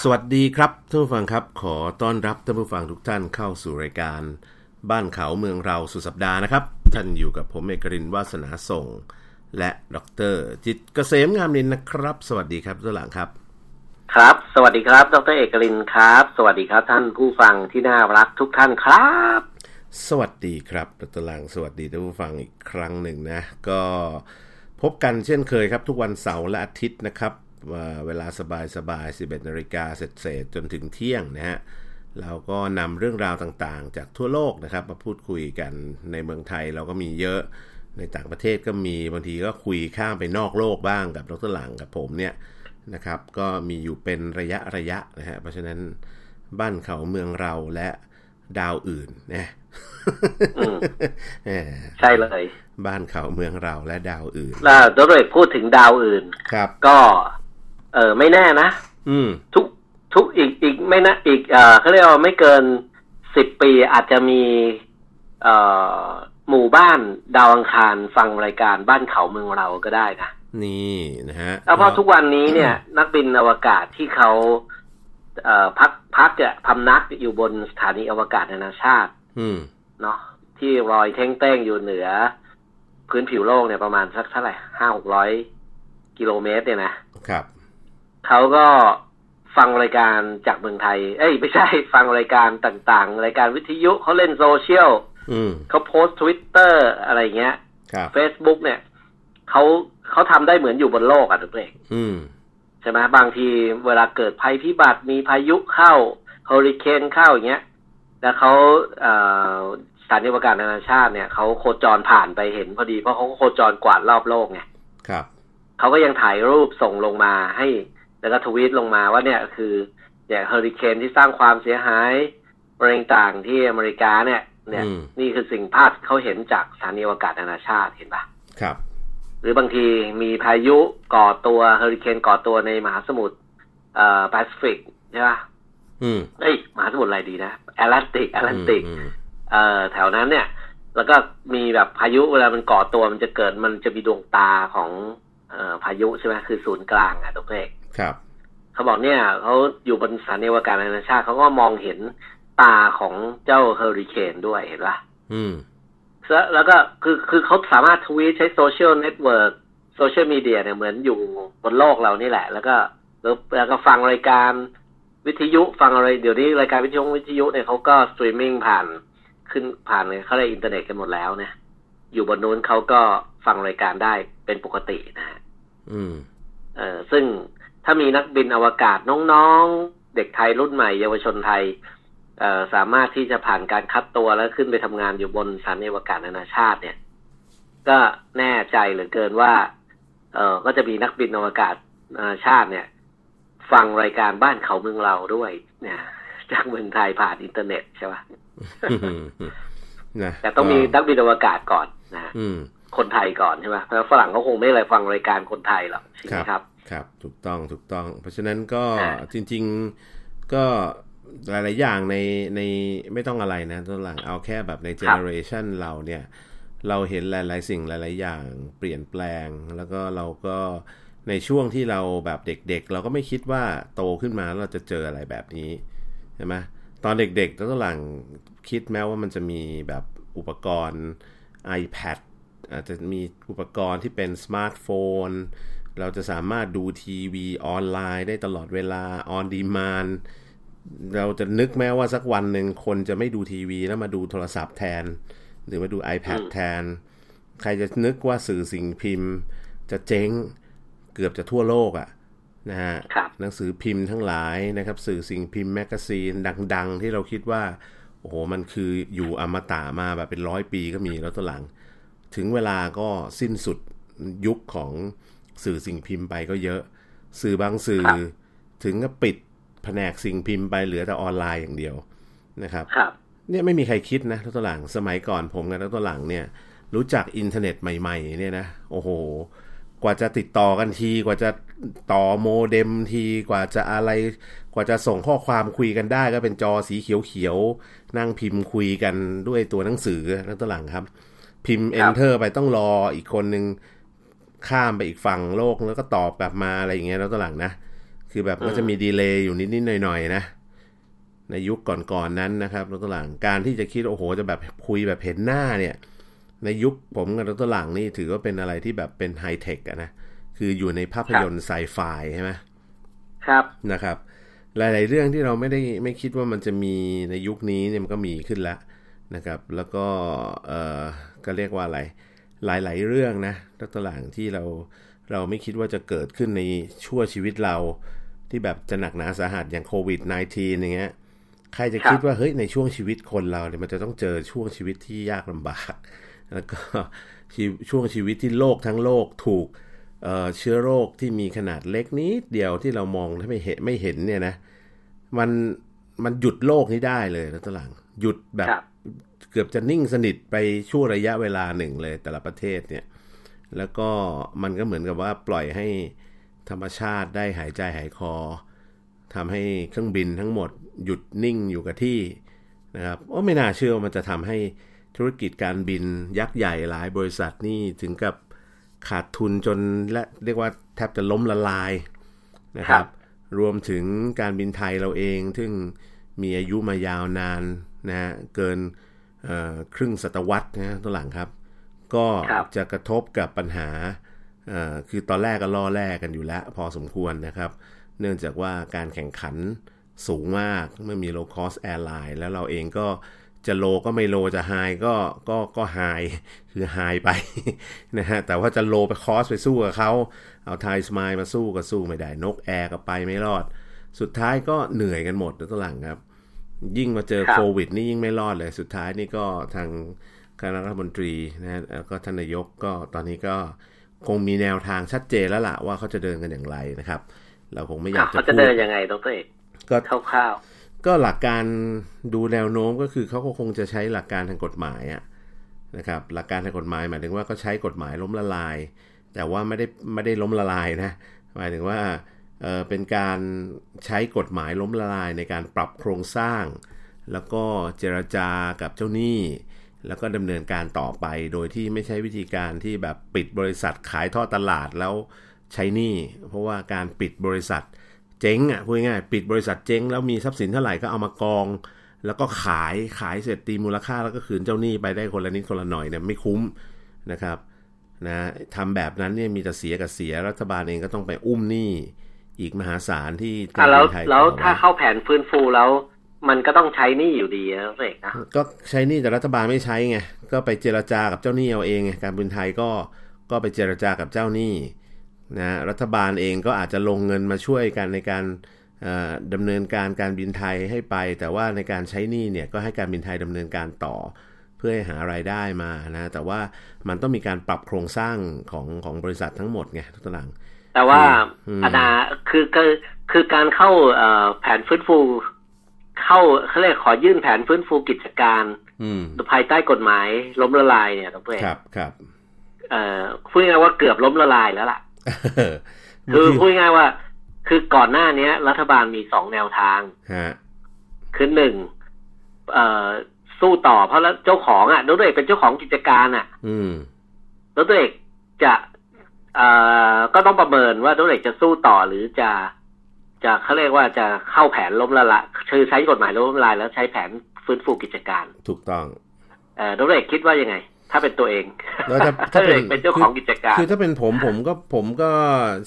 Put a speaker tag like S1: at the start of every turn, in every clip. S1: สวัสดีครับท่านผู้ฟังครับ ขอต้อนรับท่านผู้ฟังทุกท่านเข้าสู่รายการ บ้านเขาเมืองเราสุดสัปดาห์นะครับ ท่านอยู่กับผมเอกรินทร์วาสนาส่ง และดรจิตรเกษมงามนินนะครับ สวัสดีครับท่านหลังครับ
S2: ครับ สวัสดีครับ ดรเอกลินครับ สวัสดีครับท่านผู้ฟังที่น่ารักทุกท่านครับ
S1: สวัสดีครับดรหลังสวัสดีท่านผู้ฟังอีกครั้งหนึ่งนะ ก็พบกันเช่นเคยครับ ทุกวันเสาร์และอาทิตย์นะครับเอ่อเวลาสบายสบายๆ11นาฬิกาเสร็จเสร็จๆจนถึงเที่ยงนะฮะเราก็นำเรื่องราวต่างๆ จากทั่วโลกนะครับ มาพูดคุยกันในเมืองไทยเราก็มีเยอะในต่างประเทศก็มีบางทีก็คุยข้ามไปนอกโลกบ้างกับดรหลังกับผมเนี่ยนะครับก็มีอยู่เป็นระยะระยะๆนะฮะเพราะฉะนั้นบ้านเขาเมืองเราและดาวอื่นนะ
S2: อืม
S1: แหม
S2: ใช่เลย
S1: บ้านเขาเมืองเราและดาวอื่น
S2: แล้วดรเอกพูดถึงดาวอื่น
S1: ครับ
S2: ก็ เออไม่แน่นะ
S1: อืม
S2: ทุกทุกอีกอีกไม่นะอีกเออเขาเรียกว่าไม่เกินสิบปีอาจจะมี เอ่อหมู่บ้านดาวอังคารฟังรายการบ้านเขาเมืองเราก็ได้นะ
S1: นี่นะฮะ
S2: แล้วเพราะทุกวันนี้เนี่ย นักบินอวกาศที่เขาเอ่อพักพักเนี่ยพำนักอยู่บนสถานีอวกาศนานาชาติ
S1: อืม
S2: เนาะที่รอยเท่งเต้งอยู่เหนือ พื้นผิวโลกเนี่ยประมาณสักเท่าไหร่ห้าหกร้อยกิโลเมตรเนี่ยนะครับ เขาก็ฟังรายการจากเมืองไทย เอ้ยไม่ใช่ ฟังรายการต่างๆ รายการวิทยุเขาเล่นโซเชียล
S1: อืม
S2: เขาโพสต์ทวิตเตอร์อะไรเงี้ย
S1: ครับ
S2: Facebook เนี่ยเขาเขาทำได้เหมือนอยู่บนโลกอ่ะทุกเอก
S1: อืม
S2: ใช่ไหมบางทีเวลาเกิดภัยพิบัติมีพายุเข้าเฮอริเคนเข้าอย่างเงี้ย แล้วเขาเอ่อสถานีอวกาศนานาชาติเนี่ยเขาโคจรผ่านไปเห็นพอดีเพราะเขาก็โคจรกวาดรอบโลกไง
S1: ครับ
S2: เขาก็ยังถ่ายรูปส่งลงมาให้ แล้วก็ทวีตลงมาว่าเนี่ยคือเนี่ยเฮอริเคนที่สร้างความเสียหายอะไรต่างๆที่อเมริกาเนี่ย เนี่ย
S1: อืม
S2: นี่คือสิ่งภาพเขาเห็นจากสถานีอวกาศนานาชาติเห็นปะ
S1: ครับ
S2: หรือบางทีมีพายุก่อตัวเฮอริเคนก่อตัวในมหาสมุทรเอ่อแปซิฟิกใช่ปะ
S1: อืม
S2: เอ้ยมหาสมุทรอะไรดีนะแอตแลนติกแอตแลนติก
S1: อืม
S2: เอ่อแถวนั้นเนี่ย แล้วก็มีแบบพายุเวลามันก่อตัวมันจะเกิดมันจะมีดวงตาของเอ่อพายุใช่ไหมคือศูนย์กลางอะตัวเอก
S1: ครับ
S2: เขาบอกเนี่ยเขาอยู่บนสถานีอวกาศนานาชาติเขาก็มองเห็นตาของเจ้าเฮอริเคนด้วยเห็นปะ
S1: อืม
S2: แล้วแล้วก็คือคือเขาสามารถทวีตใช้โซเชียลเน็ตเวิร์กโซเชียลมีเดียเนี่ยเหมือนอยู่บนโลกเรานี่แหละ แล้วก็แล้วแล้วก็ฟังรายการวิทยุฟังอะไร เดี๋ยวนี้รายการวิทยุวิทยุเนี่ยเขาก็สตรีมมิ่งผ่านขึ้นผ่านเขาเรียกอินเทอร์เน็ตกันหมดแล้วเนี่ยอยู่บนนู้นเขาก็ฟังรายการได้เป็นปกตินะฮะ
S1: อืม
S2: เออซึ่งถ้ามีนักบินอวกาศน้องๆ เด็กไทยรุ่นใหม่ เยาวชนไทยเอ่อสามารถที่จะผ่านการคัดตัวแล้วขึ้นไปทำงานอยู่บนสถานีอวกาศนานาชาติเนี่ย ก็แน่ใจเหลือเกินว่า เออก็จะมีนักบินอวกาศนานาชาติเนี่ย ฟังรายการบ้านเขาเมืองเราด้วยเนี่ยจากเมืองไทยผ่านอินเทอร์เน็ตใช่ปะ
S1: นะ
S2: แต่ต้องมีนักบินอวกาศก่อนนะฮะ
S1: อืม
S2: คนไทยก่อนใช่ปะเพราะฝรั่งเขาคงไม่อะไรฟังรายการคนไทยหรอกใช่ไหมครับ
S1: ครับ ถูกต้องถูกต้อง เพราะฉะนั้นก็
S2: อ่า
S1: จริง ๆก็หลาย ๆ อย่างในในไม่ต้องอะไรนะต้นหลังเอาแค่แบบในเจเนอเรชันเราเนี่ย เราเห็นหลาย ๆ สิ่งหลาย ๆ อย่างเปลี่ยนแปลง แล้วก็เราก็ในช่วงที่เราแบบเด็ก ๆ เราก็ไม่คิดว่าโตขึ้นมาแล้วเราจะเจออะไรแบบนี้ใช่ไหมตอนเด็กๆตอนหลังคิดแม้ว่ามันจะมีแบบอุปกรณ์ iPad อาจจะมีอุปกรณ์ที่เป็นสมาร์ทโฟน เราจะสามารถดูทีวีออนไลน์ได้ตลอดเวลาออนดีมานเราจะนึกแม้ว่าสักวันหนึ่งคนจะไม่ดูทีวีแล้วมาดูโทรศัพท์แทน หรือมาดู iPad
S2: อืม
S1: แทน ใครจะนึกว่าสื่อสิ่งพิมพ์ จะเจ๊งเกือบจะทั่วโลกอะ่ะนะฮะ
S2: ครับ
S1: หนังสือพิมพ์ทั้งหลายนะครับ สื่อสิ่งพิมพ์แมกกาซีนดัง ๆ ที่เราคิดว่า โอ้โห มันคืออยู่อมตะมาแบบเป็นร้อยปีก็มีแล้วตัวหลัง ถึงเวลาก็สิ้นสุดยุคของสื่อสิ่งพิมพ์ไปก็เยอะ สื่อบางสื่อ
S2: ครับ
S1: ถึงก็ปิดแผนกสิ่งพิมพ์ไปเหลือแต่ออนไลน์อย่างเดียวนะครับ
S2: ครับ
S1: เนี่ยไม่มีใครคิดนะตัวหลังสมัยก่อนผมกับตัวหลังเนี่ย รู้จักอินเทอร์เน็ตใหม่ ๆ เนี่ยนะ โอ้โห กว่าจะติดต่อกันที กว่าจะต่อโมเด็มที กว่าจะอะไร กว่าจะส่งข้อความคุยกันได้ก็เป็นจอสีเขียวๆ นั่งพิมพ์คุยกันด้วยตัวหนังสือนะตัวหลังครับ พิมพ์
S2: ครับ
S1: enter ไปต้องรออีกคนนึง ข้ามไปอีกฝั่งโลกแล้วก็ตอบกลับมาอะไรอย่างเงี้ยแล้วตัวหลังนะ คือแบบก็จะมีดีเลย์อยู่นิด ๆ หน่อย ๆ นะ ในยุคก่อน ๆ นั้นนะครับดรหลังการที่จะคิด โอ้โห จะแบบคุยแบบเห็นหน้าเนี่ย ในยุคผมกับดรหลังนี่ถือว่าเป็นอะไรที่แบบเป็นไฮเทคอะนะ คืออยู่ในภาพยนตร์ไซไฟใช่ไหม
S2: ครับ
S1: นะครับ หลาย ๆ เรื่องที่เราไม่ได้ไม่คิดว่ามันจะมีในยุคนี้เนี่ยมันก็มีขึ้นแล้วนะครับ แล้วก็เออก็เรียกว่าอะไร หลาย ๆ เรื่องนะดรหลังที่เราเราไม่คิดว่าจะเกิดขึ้นในชั่วชีวิตเรา ที่แบบจะหนักหนาสาหัสอย่างโควิด -19 อย่างเงี้ย ใครจะคิดว่าเฮ้ยในช่วงชีวิตคนเราเนี่ยมันจะต้องเจอช่วงชีวิตที่ยากลำบาก แล้วก็ชีช่วงชีวิตที่โลกทั้งโลกถูกเอ่อเชื้อโรคที่มีขนาดเล็กนิดเดียวที่เรามองถ้าไม่เห็นไม่เห็นเนี่ยนะมันมันหยุดโลกนี้ได้เลยนะตวหลังหยุดแบบ
S2: ครับ
S1: เกือบจะนิ่งสนิทไปช่วงระยะเวลาหนึ่งเลยแต่ละประเทศเนี่ย แล้วก็มันก็เหมือนกับว่าปล่อยให้ธรรมชาติได้หายใจหายคอทำให้เครื่องบินทั้งหมดหยุดนิ่งอยู่กับที่นะครับโอ้ไม่น่าเชื่อว่ามันจะทำให้ธุรกิจการบินยักษ์ใหญ่หลายบริษัทนี่ถึงกับขาดทุนจนและเรียกว่าแทบจะล้มละลายนะค
S2: ครั
S1: รับ
S2: บ
S1: รวมถึงการบินไทยเราเอง ซึ่งมีอายุมายาวนานนะฮะเกินเอ่อครึ่งศตวรรษนะฮะตัวหลังครับ ก็
S2: ครับ
S1: จะกระทบกับปัญหาเอ่อคือตอนแรกก็ล่อแรกกันอยู่แล้ว พอสมควรนะครับ เนื่องจากว่าการแข่งขันสูงมากไม่มี low cost airline แล้วเราเองก็จะโลก็ไม่โลจะไฮก็ก็ก็ไฮ คือไฮไป นะฮะแต่ว่าจะโลไปคอสไปสู้กับเขาเอาไทยสมายมาสู้ก็สู้ไม่ได้นกแอร์ก็ไปไม่รอด สุดท้ายก็เหนื่อยกันหมดนะตัวหลังครับ ยิ่งมาเจอ
S2: ครับ
S1: โควิดนี่ยิ่งไม่รอดเลยสุดท้ายนี่ก็ทางคณะรัฐมนตรีนะฮะแล้วก็ท่านนายกก็ตอนนี้ก็คงมีแนวทางชัดเจนแล้วล่ะว่าเขาจะเดินกันอย่างไรนะครับ เราคงไม่อยากจะ
S2: เขาจะ
S1: พู
S2: เดิน
S1: ด
S2: ยังไงดรเอก
S1: ก็
S2: คร่าว
S1: ก็หลักการดูแนวโน้มก็คือเขาก็คงจะใช้หลักการทางกฎหมายอะนะครับหลักการทางกฎหมายหมายถึงว่าก็ใช้กฎหมายล้มละลาย แต่ว่าไม่ได้ไม่ได้ล้มละลายนะหมายถึงว่าเออเป็นการใช้กฎหมายล้มละลายในการปรับโครงสร้าง แล้วก็เจรจากับเจ้าหนี้ แล้วก็ดำเนินการต่อไปโดยที่ไม่ใช่วิธีการที่แบบปิดบริษัทขายท่อตลาดแล้วใช้หนี้ เพราะว่าการปิดบริษัท เจ๊งอ่ะพูดง่ายๆปิดบริษัทเจ๊งแล้วมีทรัพย์สินเท่าไหร่ก็เอามากอง แล้วก็ขายขายเสร็จตีมูลค่าแล้วก็คืนเจ้าหนี้ไปได้คนละนิดคนละหน่อยเนี่ยไม่คุ้มนะครับนะทำแบบนั้นเนี่ยมีแต่เสียกับเสียรัฐบาลเองก็ต้องไปอุ้มหนี้อีกมหาศาลที่
S2: ๆอ่ะแล้ว
S1: ธนาคารไทย
S2: แล้ว
S1: ก่อไ
S2: ถ้าเข้าแผนฟื้นฟูแล้ว มันก็ต้องใช้หนี่อยู่ดีนะดรเอกนะ
S1: ก็ใช้หนี้แต่รัฐบาลไม่ใช้ไงก็ไปเจรจากับเจ้าหนี้เอาเองไงการบินไทยก็ก็ไปเจรจากับเจ้าหนี้นะรัฐบาลเองก็อาจจะลงเงินมาช่วยกันในการเอ่อดำเนินการการบินไทยให้ไป แต่ว่าในการใช้หนี้เนี่ยก็ให้การบินไทยดำเนินการต่อ เพื่อให้หารายได้มานะแต่ว่ามันต้องมีการปรับโครงสร้างของของบริษัททั้งหมดไงทุกตาราง
S2: แต่ว่า
S1: อืม
S2: อนาคือก็คือการเข้าเอ่อแผนฟื้นฟู เข้าเขาเรียกขอยื่นแผนฟื้นฟูกิจการ
S1: อืม
S2: ภายใต้กฎหมายล้มละลายเนี่ยดรเอก
S1: ครับครับ
S2: เอ่อพูดง่ายๆว่าเกือบล้มละลายแล้วล่ะ คือพูดง่ายๆว่า คือก่อนหน้าเนี้ย รัฐบาลมีสองแนวทาง
S1: ฮะ
S2: คือหนึ่งเอ่อสู้ต่อเพราะแล้วเจ้าของอ่ะดรเอกเป็นเจ้าของกิจการอ่ะ
S1: อืม
S2: ดรเอกจะเอ่อก็ต้องประเมินว่าดรเอกจะสู้ต่อหรือจะ จะเขาเรียกว่าจะเข้าแผนล้มละละคือใช้กฎหมายล้มละลาย แล้วใช้แผนฟื้นฟูกิจการ
S1: ถูกต้อง
S2: เอ่อดรเอกคิดว่ายังไง ถ้าเป็นตัวเอง
S1: แล้วถ้า
S2: ถ้า
S1: ถ้า
S2: ดร
S1: เป็น
S2: เอกเป็นเจ้าของกิจการ
S1: คือถ้าเป็นผมผมก็ผมก็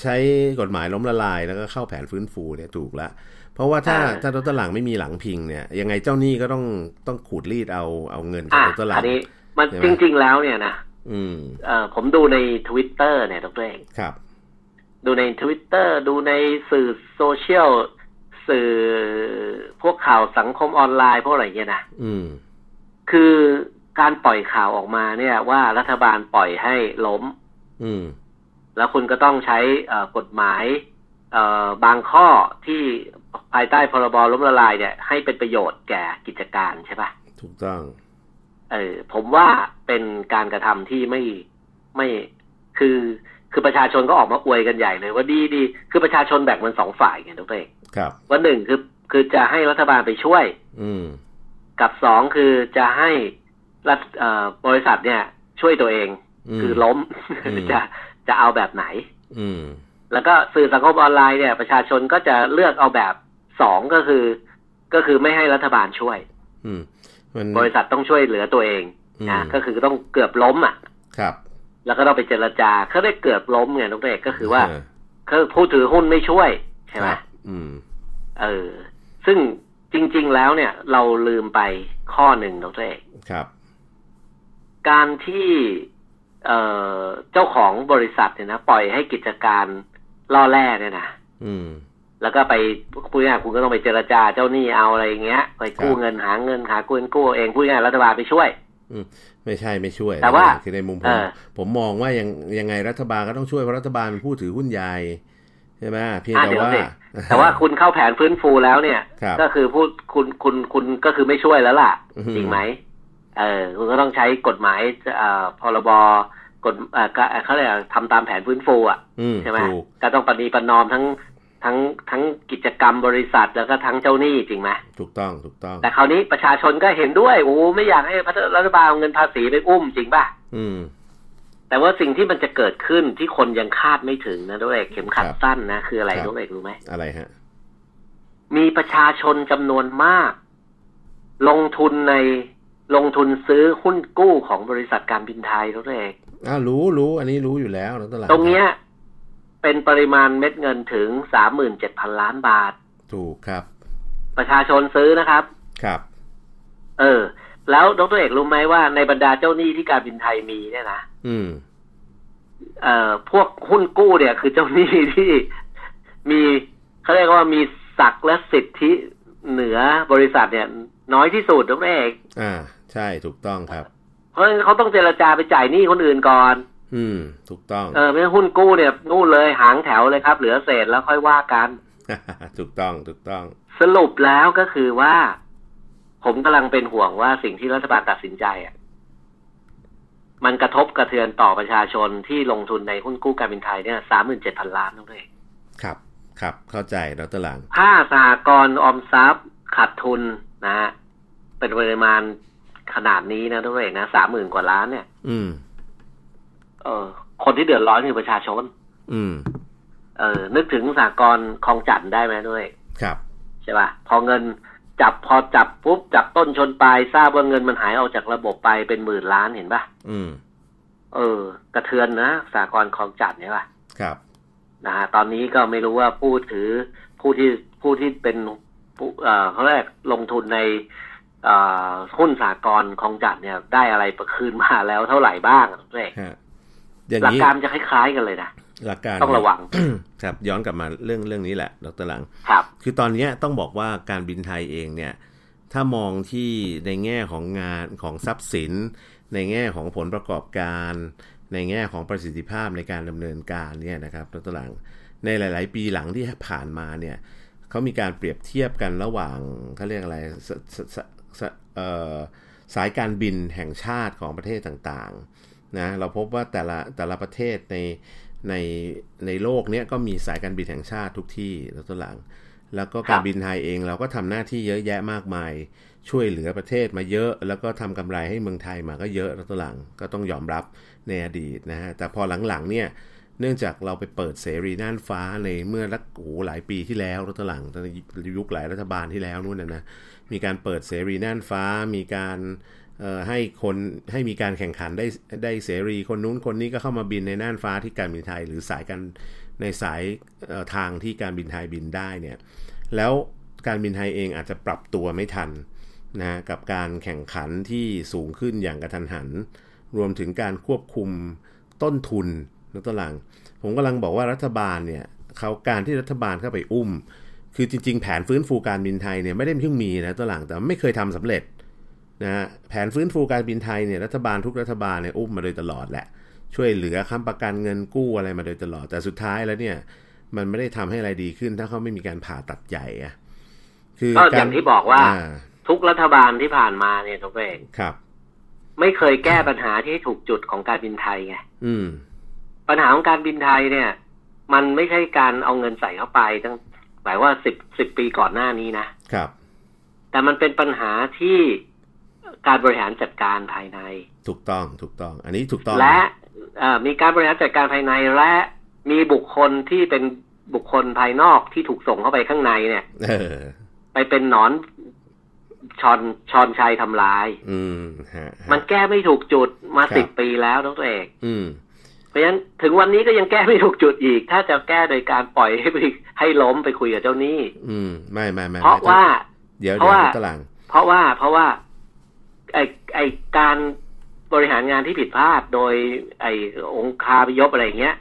S1: ใช้กฎหมายล้มละลาย แล้วก็เข้าแผนฟื้นฟูเนี่ยถูกละเพราะว่าถ้าถ้ารถตหลังไม่มีหลังพิงเนี่ยยังไงเจ้าหนี้ก็ต้องต้องขูดรีดเอาเอาเงินจาก
S2: อ่ะ
S1: รถตหลั
S2: อั
S1: ง
S2: นนี้มัน
S1: ใช่ไหม
S2: จริง ๆ แล้วเนี่ยนะ
S1: อืม
S2: เอ่อผมดูในทวิตเตอร์เนี่ยดรเอก
S1: ครับ
S2: ดูในทวิตเตอร์ดูในสื่อโซเชียลสื่อพวกข่าวสังคมออนไลน์พวกอะไรเงี้ยนะ
S1: อืม
S2: คือการปล่อยข่าวออกมาเนี่ยว่ารัฐบาลปล่อยให้ล้ม
S1: อืม
S2: แล้วคุณก็ต้องใช้เอ่อกฎหมายเอ่อบางข้อที่ภายใต้พรบล้มละลายเนี่ย ให้เป็นประโยชน์แก่กิจการใช่ปะ
S1: ถูกต้อง
S2: เออผมว่าเป็นการกระทำที่ไม่ไม่คือคือประชาชนก็ออกมาอวยกันใหญ่เลยว่าดีดีคือประชาชนแบ่งเป็นสองฝ่ายไงทุกเอง
S1: ครับ
S2: ว่าหนึ่งคือคือจะให้รัฐบาลไปช่วย
S1: อืม
S2: กับสองคือจะให้รัฐเอ่อบริษัทเนี่ยช่วยตัวเอง
S1: ม
S2: คือล้ม
S1: อืม
S2: จะจะเอาแบบไหน
S1: อืม
S2: แล้วก็สื่อสังคมออนไลน์เนี่ยประชาชนก็จะเลือกเอาแบบสองก็คือ ก็คือไม่ให้รัฐบาลช่วย
S1: อืม มัน
S2: บริษัทต้องช่วยเหลือตัวเอง
S1: อืม
S2: นะก็คือต้องเกือบล้มอ่ะ
S1: ครับ
S2: แล้วก็ต้องไปเจรจาเขาได้เกือบล้มไงน้องเอกก็คือว่า
S1: เ
S2: คือผู้ถือหุ้นไม่ช่วยใช่ไหม
S1: ครับอืม
S2: เออ ซึ่งจริง ๆ แล้วเนี่ย เราลืมไปข้อหนึ่งน้องเอก
S1: ครับ
S2: การที่เอ่อเจ้าของบริษัทเนี่ยนะปล่อยให้กิจการล่อแร่เนี่ยนะ
S1: อืม
S2: แล้วก็ไปพูดง่ายๆคุณก็ต้องไปเจรจาเจ้าหนี้เอาอะไรอย่างเงี้ย ไปกู้
S1: ครับ
S2: เงินหาเงินหากู้เงินกู้เอาเองพูดง่ายๆรัฐบาลไปช่วย
S1: ไม่ใช่ไม่ช่วย
S2: แต่ว่า
S1: คือในมุมผ
S2: เอ
S1: ม
S2: อ
S1: ผมมองว่ายังยังไงรัฐบาลก็ต้องช่วยเพราะรัฐบาลเป็นผู้ถือหุ้นใหญ่ใช่ไหมเพียง
S2: อ่ะ
S1: แต่
S2: เดี๋ยว
S1: ว่า
S2: สิ แต่ว่าคุณเข้าแผนฟื้นฟูแล้วเนี่ย
S1: ครับ
S2: ก็คือพูดคุณคุณคุณก็คือไม่ช่วยแล้วล่ะ
S1: อืม
S2: จริงไหมเออคุณก็ต้องใช้กฎหมายเอ่อพรบกฎเอ่อก็เอ่อเขาเรียกอะไรทำตามแผนฟื้นฟูอ่ะ
S1: อืม
S2: ใช่ไหม
S1: ถูก
S2: ก็ต้องปฏิประนอมทั้งทั้งทั้งกิจกรรมบริษัทแล้วก็ทั้งเจ้าหนี้จริงไหม
S1: ถูกต้องถูกต้อง
S2: แต่คราวนี้ประชาชนก็เห็นด้วยโอ้ไม่อยากให้รัฐบาลเอาเงินภาษีไปอุ้มจริงป่ะ
S1: อืม
S2: แต่ว่าสิ่งที่มันจะเกิดขึ้นที่คนยังคาดไม่ถึงนะด้วยเข็มขัด
S1: ครับ
S2: สั้นนะ คืออะไร
S1: ครับ
S2: ด้วยเอกรู้ไหม
S1: อะไรฮะ
S2: มีประชาชนจำนวนมาก ลงทุนในลงทุนซื้อหุ้นกู้ของบริษัทการบินไทยด้วยเอก
S1: อ้าวรู้รู้อันนี้รู้อยู่แล้วนะตลาด
S2: ตรงเนี้ยเป็นปริมาณเม็ดเงินถึงสามหมื่นเจ็ดพันล้านบาท
S1: ถูกครับ
S2: ประชาชนซื้อนะครับ
S1: ครับ
S2: เออ แล้วดรเอกรู้ไหมว่าในบรรดาเจ้าหนี้ที่การบินไทยมีเนี่ยนะ
S1: อืม
S2: เอ่อพวกหุ้นกู้เนี่ย คือเจ้าหนี้ที่ มีเขาเรียกว่ามีศักดิ์และสิทธิเหนือบริษัทเนี่ย น้อยที่สุดดรเอก
S1: อ่า ใช่ถูกต้องครับ
S2: เพราะฉะนั้นเขาต้องเจรจาไปจ่ายหนี้คนอื่นก่อน
S1: อืม ถูกต้อง
S2: เออไม่งั้นหุ้นกู้เนี่ยนู่นเลยหางแถวเลยครับ เหลือเศษแล้วค่อยว่ากัน
S1: ถูกต้องถูกต้อง
S2: สรุปแล้วก็คือว่า ผมกำลังเป็นห่วงว่าสิ่งที่รัฐบาลตัดสินใจอ่ะมันกระทบกระเทือนต่อประชาชนที่ลงทุนในหุ้นกู้การบินไทยเนี่ยสามหมื่นเจ็ดพันล้านนั่นเอง
S1: ครับ ครับ เข้าใจนะตลาด
S2: ถ้าสหกรณ์ออมทรัพย์ขาดทุนนะฮะเป็นปริมาณขนาดนี้นะทุกเองนะสามหมื่นกว่าล้านเนี่ย
S1: อืม
S2: เออคนที่เดือดร้อนคือประชาชน
S1: อืม
S2: เออ นึกถึงสหกรณ์คลองจันทน์ได้ไหมด้วย
S1: ครับ
S2: ใช่ป่ะพอเงินจับพอจับปุ๊บจับต้นชนปลายทราบว่าเงินมันหายออกจากระบบไปเป็นหมื่นล้านเห็นป่ะ
S1: อืม
S2: เออ กระเทือนนะสากรณ์คลองจัดเนี่ยป่ะ
S1: ครับ
S2: นะฮะตอนนี้ก็ไม่รู้ว่าผู้ถือผู้ที่ผู้ที่เป็นผู้เอ่อเขาเรียกลงทุนในเอ่อหุ้นสากรณ์คลองจัดเนี่ย ได้อะไรประคืนมาแล้วเท่าไหร่บ้างเอง
S1: ฮะ อย่าง
S2: หลัก
S1: นี้
S2: การมันจะคล้ายๆกันเลยนะ
S1: หลักการ
S2: ต้องระวัง
S1: ครับ ย้อนกลับมาเรื่องเรื่องนี้แหละดรหลัง
S2: ครับ
S1: คือตอนเนี้ยต้องบอกว่าการบินไทยเองเนี่ย ถ้ามองที่ในแง่ของงานของทรัพย์สิน ในแง่ของผลประกอบการ ในแง่ของประสิทธิภาพในการดำเนินการเนี่ยนะครับดรหลัง ในหลาย ๆ ปีหลังที่ผ่านมาเนี่ยเขามีการเปรียบเทียบกันระหว่างเขาเรียกอะไรสสสสเอ่อสายการบินแห่งชาติของประเทศต่าง ๆ นะ เราพบว่าแต่ละแต่ละประเทศในในในโลกเนี้ยก็มีสายการบินแห่งชาติทุกที่แล้วตัวหลัง แล้วก็การ
S2: ครับ
S1: บินไทยเองเราก็ทำหน้าที่เยอะแยะมากมาย ช่วยเหลือประเทศมาเยอะ แล้วก็ทำกำไรให้เมืองไทยมาก็เยอะแล้วตัวหลังก็ต้องยอมรับในอดีตนะฮะแต่พอหลังๆเนี่ย เนื่องจากเราไปเปิดเสรีน่านฟ้าในเมื่อรักโอ้โหหลายปีที่แล้วรัฐหลังตอนยุคหลายรัฐบาลที่แล้วนู่นนะนะมีการเปิดเสรีน่านฟ้า มีการเอ่อให้คนให้มีการแข่งขันได้ได้เสรีคนนู้นคนนี้ก็เข้ามาบินในน่านฟ้าที่การบินไทย หรือสายการในสายเอ่อทางที่การบินไทยบินได้เนี่ยแล้วการบินไทยเองอาจจะปรับตัวไม่ทันนะฮะกับการแข่งขันที่สูงขึ้นอย่างกระทันหัน รวมถึงการควบคุมต้นทุนนะตัวหลัง ผมกำลังบอกว่ารัฐบาลเนี่ยเขาการที่รัฐบาลเข้าไปอุ้ม คือจริง ๆ แผนฟื้นฟูการบินไทยเนี่ยไม่ได้เพิ่งมีนะตัวหลังแต่ไม่เคยทำสำเร็จนะฮะแผนฟื้นฟูการบินไทยเนี่ยรัฐบาลทุกรัฐบาลเนี่ยอุ้มมาโดยตลอดแหละ ช่วยเหลือค้ำประกันเงินกู้อะไรมาโดยตลอดแต่สุดท้ายแล้วเนี่ยมันไม่ได้ทำให้อะไรดีขึ้น ถ้าเขาไม่มีการผ่าตัดใหญ่อะคือ
S2: ก็อย่างที่บอกว่า ทุกรัฐบาลที่ผ่านมาเนี่ยทุกเอง
S1: ครับ
S2: ไม่เคยแก้ปัญหาที่ถูกจุดของการบินไทยไง
S1: อืม
S2: ปัญหาของการบินไทยเนี่ย มันไม่ใช่การเอาเงินใส่เข้าไปตั้งหมายว่าสิบสิบปีก่อนหน้านี้นะ
S1: ครับ
S2: แต่มันเป็นปัญหาที่การบริหารจัดการภายใน
S1: ถูกต้องถูกต้อง อันนี้ถูกต้อง
S2: และเอ่อมีการบริหารจัดการภายในและ มีบุคคลที่เป็นบุคคลภายนอกที่ถูกส่งเข้าไปข้างในเนี่ย
S1: เออ
S2: ไปเป็นหนอนชอนชอนชัยทำลาย
S1: อืมฮะฮะ
S2: มันแก้ไม่ถูกจุดมา
S1: ครับ
S2: สิบปีแล้วดรเอก
S1: อืม
S2: เพราะฉะนั้นถึงวันนี้ก็ยังแก้ไม่ถูกจุดอีก ถ้าจะแก้โดยการปล่อยให้ไปให้ล้มไปคุยกับเจ้าหนี้
S1: อืม ไม่ไม่ไม่
S2: เพราะ
S1: ไม่ต้อง
S2: ว่า
S1: เดี๋ยว
S2: เพ
S1: เดี๋ย
S2: ราะ
S1: ว
S2: ว่า
S1: ตาราง
S2: เพราะว่าเพราะว่าไอไอการบริหารงานที่ผิดพลาดโดย ไอองค์คาพยพอะไรอย่างเงี้ย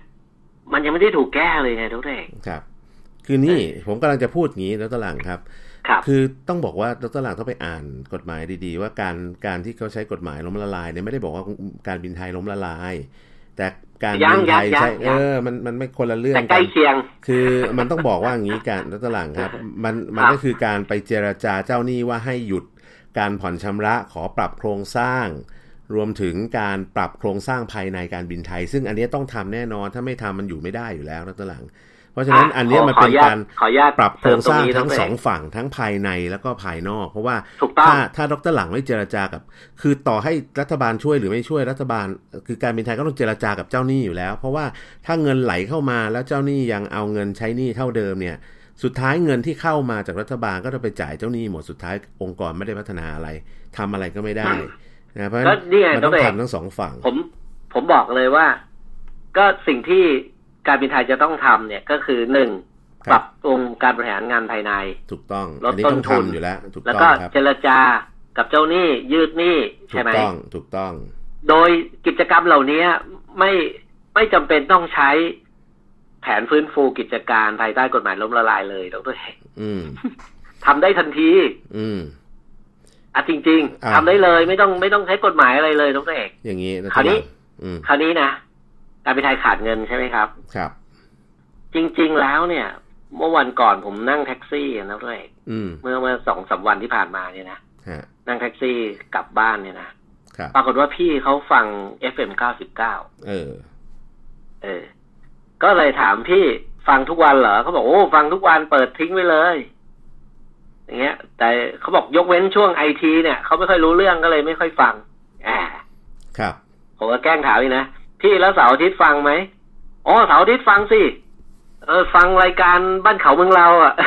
S2: มันยังไม่ได้ถูกแก้เลยไงทุกท่าน
S1: ครับ คือนี่ผมกำลังจะพูดอย่างนี้แล้วตารางครับ
S2: ครับ
S1: คือต้องบอกว่าดรหลังต้องไปอ่านกฎหมายดีๆ ว่าการการที่เขาใช้กฎหมายล้มละลายเนี่ยไม่ได้บอกว่าการบินไทยล้มละลาย แต่การ
S2: ยัง
S1: บินไทย
S2: ยัง
S1: ใช่
S2: ยั
S1: เอง อมันมันไม่คนละเรื่อง
S2: แต่ใก
S1: กั
S2: ล้
S1: น
S2: เคียง
S1: คือมันต้องบอกว่าอย่างนี้การดรหลังครับ มันมัน
S2: ครับ
S1: ก็คือการไปเจรจาเจ้าหนี้ว่าให้หยุดการผ่อนชำระขอปรับโครงสร้าง รวมถึงการปรับโครงสร้างภายในการบินไทย ซึ่งอันเนี้ยต้องทำแน่นอนถ้าไม่ทำมันอยู่ไม่ได้อยู่แล้วดรหลัง เพราะฉะนั้นอันเนี้ยมันเป็นการ
S2: ขออนุญาต
S1: ปรับโครงสร้าง
S2: เม
S1: ทั้ง
S2: นี้
S1: ส
S2: ดร
S1: องฝั่งทั้งภายในแล้วก็ภายนอก เพราะว่า
S2: ถูกต้อง
S1: ถ้าถ้าดรหลังไม่เจราจากับ คือต่อให้รัฐบาลช่วยหรือไม่ช่วยรัฐบาล คือการบินไทยก็ต้องเจราจากับเจ้าหนี้อยู่แล้ว เพราะว่าถ้าเงินไหลเข้ามาแล้วเจ้าหนี้ยังเอาเงินใช้หนี้เท่าเดิมเนี่ย สุดท้ายเงินที่เข้ามาจากรัฐบาลก็จะไปจ่ายเจ้าหนี้หมดสุดท้ายองค์กรไม่ได้พัฒนาอะไรทำอะไรก็ไม่ได้นะเพราะฉะ
S2: ก็
S1: นั้น
S2: นี่ไง
S1: มันต้อง
S2: ดร
S1: ทำทั้งสองฝั่ง
S2: ผมผมบอกเลยว่า ก็สิ่งที่การบินไทยจะต้องทำเนี่ยก็คือหนึ่ง
S1: ครับ
S2: ปรับปรุงการบริหารงานภายใน
S1: ถูกต้อง
S2: ลด
S1: อันนี้
S2: ต้น
S1: ต้อง
S2: ทุน
S1: ทำอยู่แล้ว ถูก
S2: แล้ว
S1: ต้อง
S2: ก็
S1: ครับ
S2: เจรจากับเจ้าหนี้ยืดหนี้
S1: ถู
S2: ใช่
S1: ก
S2: ไหม
S1: ต้องถูกต้อง
S2: โดยกิจกรรมเหล่านี้ไม่ไม่จำเป็นต้องใช้แผนฟื้นฟูกิจการภายใต้กฎหมายล้มละลายเลยดรเอก
S1: อืม
S2: ทำได้ทันที
S1: อืม
S2: อ่ะจริง
S1: อ่า
S2: ๆทำได้เลยไม่ต้องไม่ต้องใช้กฎหมายอะไรเลยดรเอก
S1: อย่างนี้นะ
S2: คราวนี้
S1: อืม
S2: คราวนี้นะการบินไทยขาดเงินใช่ไหมครับ
S1: ครับ
S2: จริง ๆ แล้วเนี่ย เมื่อวันก่อนผมนั่งแท็กซี่นะดรเอก
S1: อืม
S2: เมื่อเมื่อสองสามวันที่ผ่านมาเนี่ยนะ
S1: ฮะ
S2: นั่งแท็กซี่กลับบ้านเนี่ยนะครับ ปรากฏว่าพี่เขาฟัง FM 99
S1: เออ
S2: เออ ก็เลยถามพี่ฟังทุกวันเหรอเขาบอกโอ้ฟังทุกวันเปิดทิ้งไว้เลย อย่างเงี้ย แต่เขาบอกยกเว้นช่วงไอทีเนี่ยเขาไม่ค่อยรู้เรื่องก็เลยไม่ค่อยฟังอ่า
S1: ครับ
S2: ผมก็แกล้งถามอีกนะพี่แล้วเสาร์อาทิตย์ฟังไหมอ๋อเสาร์อาทิตย์ฟังสิเออ ฟังรายการบ้านเขาเมืองเราอ่ะ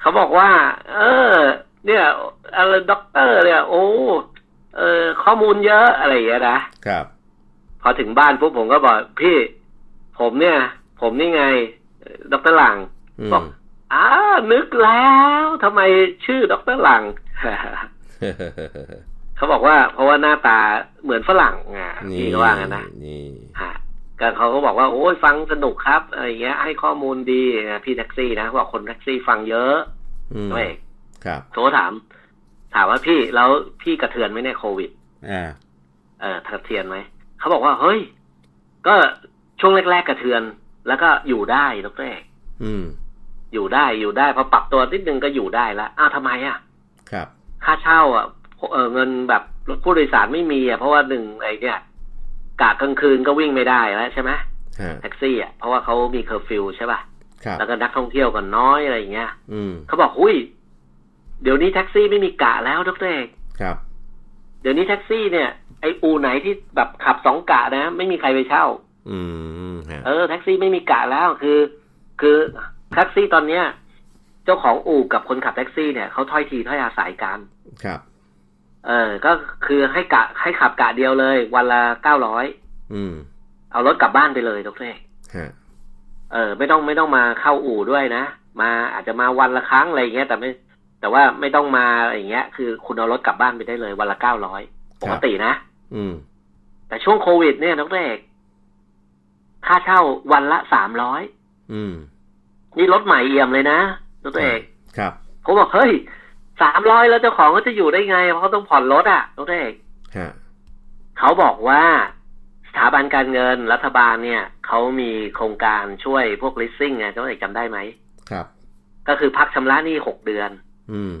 S2: เขาบอกว่า เออ เนี่ยอะไรด็อกเตอร์เนี่ยโอ้เออ ข้อมูลเยอะอะไรอย่างเงี้ยนะ
S1: ครับ
S2: พอถึงบ้านปุ๊บผมก็บอกพี่ ผมเนี่ย ผมนี่ไงดรหลัง
S1: อืม
S2: บอก อ้านึกแล้วทำไมชื่อดรหลัง เขาบอกว่า เพราะว่าหน้าตาเหมือนฝรั่งอ่ะ
S1: นี่
S2: พี่ก็ว่างั้นนะ
S1: นี่
S2: ฮะก็เขาก็บอกว่าโอ้ยฟังสนุกครับอะไรอย่างเงี้ย ให้ข้อมูลดีนะพี่แท็กซี่นะเขาบอกคนแท็กซี่ฟังเยอะ
S1: อืม
S2: ด้วย
S1: ครับ
S2: โทรถาม ถามว่าพี่แล้วพี่กระเทือนไหมเนี่ยโควิด
S1: อ่า
S2: เอ่อกระเทือนไหม เขาบอกว่า เฮ้ย ก็ช่วงแรกๆกระเทือน แล้วก็อยู่ได้ดรเอก
S1: อืม
S2: อยู่ได้อยู่ได้พอปรับตัวนิดนึงก็อยู่ได้ละอ้าวทำไมอ่ะ
S1: ครับ
S2: ค่าเช่าอ่ะเอ่อเงินแบบผู้โดยสารไม่มีอ่ะเพราะว่าหนึ่งไอ้เนี่ยกะกลางคืนก็วิ่งไม่ได้แล้วใช่ไหม
S1: ฮะ
S2: แท็กซี่อ่ะเพราะว่าเขามีเคอร์ฟิวใช่ป่ะ
S1: ครับ
S2: แล้วก็นักท่องเที่ยวก็น้อยอะไรอย่างเงี้ย
S1: อืม
S2: เขาบอกอุ้ยเดี๋ยวนี้แท็กซี่ไม่มีกะแล้วดรเอก
S1: ครับ
S2: เดี๋ยวนี้แท็กซี่เนี่ยไอ้อูไหนที่แบบขับสองกะนะ ไม่มีใครไปเช่า
S1: อืม ฮะ
S2: เออแท็กซี่ไม่มีกะแล้วคือ คือแท็กซี่ตอนเนี้ย เจ้าของอู่กับคนขับแท็กซี่เนี่ยเขาถ้อยทีถ้อยอาศัยกัน
S1: ครับ
S2: เออ ก็คือให้กะให้ขับกะเดียวเลย วันละเก้าร้อย
S1: อืม
S2: เอารถกลับบ้านไปเลยทุกท่าน
S1: ฮะ
S2: เออ ไม่ต้องไม่ต้องมาเข้าอู่ด้วยนะมาอาจจะมาวันละครั้งอะไรอย่างเงี้ยแต่ไม่ แต่ว่าไม่ต้องมาอะไรอย่างเงี้ย คือคุณเอารถกลับบ้านไปได้เลย วันละเก้าร้อยปกตินะ
S1: อืม
S2: แต่ช่วงโควิดเนี่ยทุกท่านค่าเช่าวันละสามร้อย
S1: อืม
S2: นี่รถใหม่เอี่ยมเลยนะทุกท่าน
S1: ครับ
S2: ผมบอกเฮ้ยสามร้อยแล้วเจ้าของเขาจะอยู่ได้ไงเพราะเขาต้องผ่อนรถอ่ะต้องได้
S1: ฮะ
S2: เขาบอกว่าสถาบันการเงินรัฐบาลเนี่ยเขามีโครงการช่วยพวก leasing ไงต้องได้จำได้ไหม
S1: ครับ
S2: ก็คือพักชำระหนี้หกเดือน
S1: อืม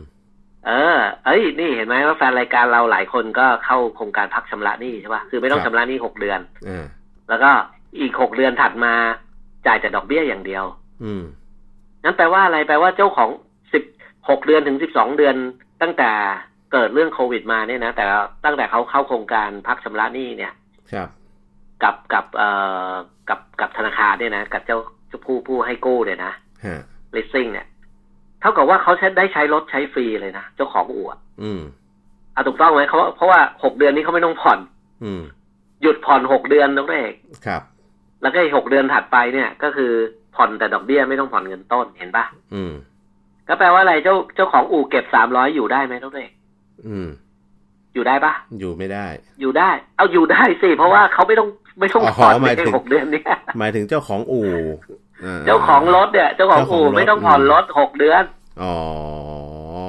S2: เออ เอ้ย นี่เห็นไหมว่าแฟนรายการเราหลายคนก็เข้าโครงการพักชำระหนี้ใช่ป่ะคือไม่ต้อง
S1: ครั
S2: ชำ
S1: บ
S2: ระหนี้หกเดือน
S1: อ่า
S2: แล้วก็อีกหกเดือนถัดมาจ่ายแต่ดอกเบี้ยอย่างเดียว
S1: อืม
S2: นั่นแปลว่าอะไรแปลว่าเจ้าของสิบหกเดือนถึงสิบสองเดือน ตั้งแต่เกิดเรื่องโควิดมาเนี่ยนะแต่ตั้งแต่เขาเข้าโครงการพักชำระหนี้เนี่ย
S1: ครับ
S2: กับกับเอ่อกับกับธนาคารเนี่ยนะกับเจ้าเจ้าผู้ผู้ให้กู้เนี่ยนะ
S1: ฮะ
S2: ลิสซิ่งเนี่ยเท่ากับว่าเขาใช้ได้ใช้รถใช้ฟรีเลยนะเจ้าของอู่อะ
S1: อืม
S2: อ่ะถูกต้องไหมเขาเพราะว่าหกเดือนนี้เขาไม่ต้องผ่อน
S1: อืม
S2: หยุดผ่อนหกเดือนน้องเอก
S1: ครับ
S2: แล้วก็อีกหกเดือนถัดไปเนี่ย ก็คือผ่อนแต่ดอกเบี้ยไม่ต้องผ่อนเงินต้นเห็นปะ
S1: อืม
S2: ก็แปลว่าอะไรเจ้าเจ้าของอู่เก็บสามร้อยอยู่ได้ไหมน้องเอก
S1: อืม
S2: อยู่ได้ปะ
S1: อยู่ไม่ได้
S2: อยู่ได้ เอาอยู่ได้สิเพราะว่าเขาไม่ต้องไม่ต้อง
S1: อ๋อ
S2: ผ่อน
S1: หมาย
S2: ใน
S1: ถึง
S2: หกเดือนเนี่ย
S1: หมายถึงเจ้าของอู่อ่
S2: เจ้าของรถเนี่ย เจ้าของอู่
S1: เจ้าของรถ
S2: ไม่ต้องผ่อนรถหกเดือน
S1: อ๋อ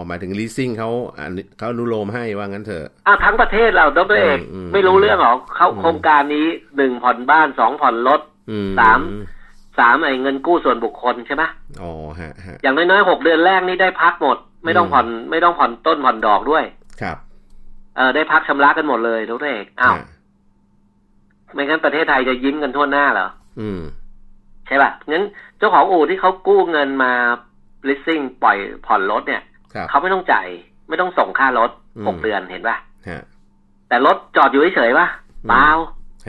S1: หมายถึง leasing เขาอนุเขาอนุโลมให้ว่างั้นเถอะ
S2: อ้าวทั้งประเทศเราต้องตัวเอง
S1: อืมอืม
S2: ไม่รู้เรื่องหรอกเขา
S1: อืม
S2: โครงการนี้หนึ่งผ่อนบ้านสองผ่อนรถ
S1: อืม
S2: สาม สามไอ้เงินกู้ส่วนบุคคลใช่ไหม
S1: อ๋อฮะฮะ
S2: อย่างน้อยๆหกเดือนแรกนี่ได้พักหมด ไม่ต้อง
S1: อืม
S2: ผ่อนไม่ต้องผ่อนต้นผ่อนดอกด้วย
S1: ครับ
S2: เออได้พักชำระกันหมดเลยทุกเองอ้าว
S1: ฮะ
S2: ไม่งั้นประเทศไทยจะยิ้มกันทั่วหน้าเหรอ
S1: อืม
S2: ใช่ป่ะงั้นเจ้าของอู่ที่เขากู้เงินมา leasing ปล่อยผ่อนรถเนี่ย
S1: ครับ
S2: เขาไม่ต้องจ่ายไม่ต้องส่งค่ารถ
S1: อืม
S2: หกเดือนเห็นป่ะ
S1: ฮะ
S2: แต่รถจอดอยู่เฉยๆป่ะ
S1: อืม
S2: เปล่า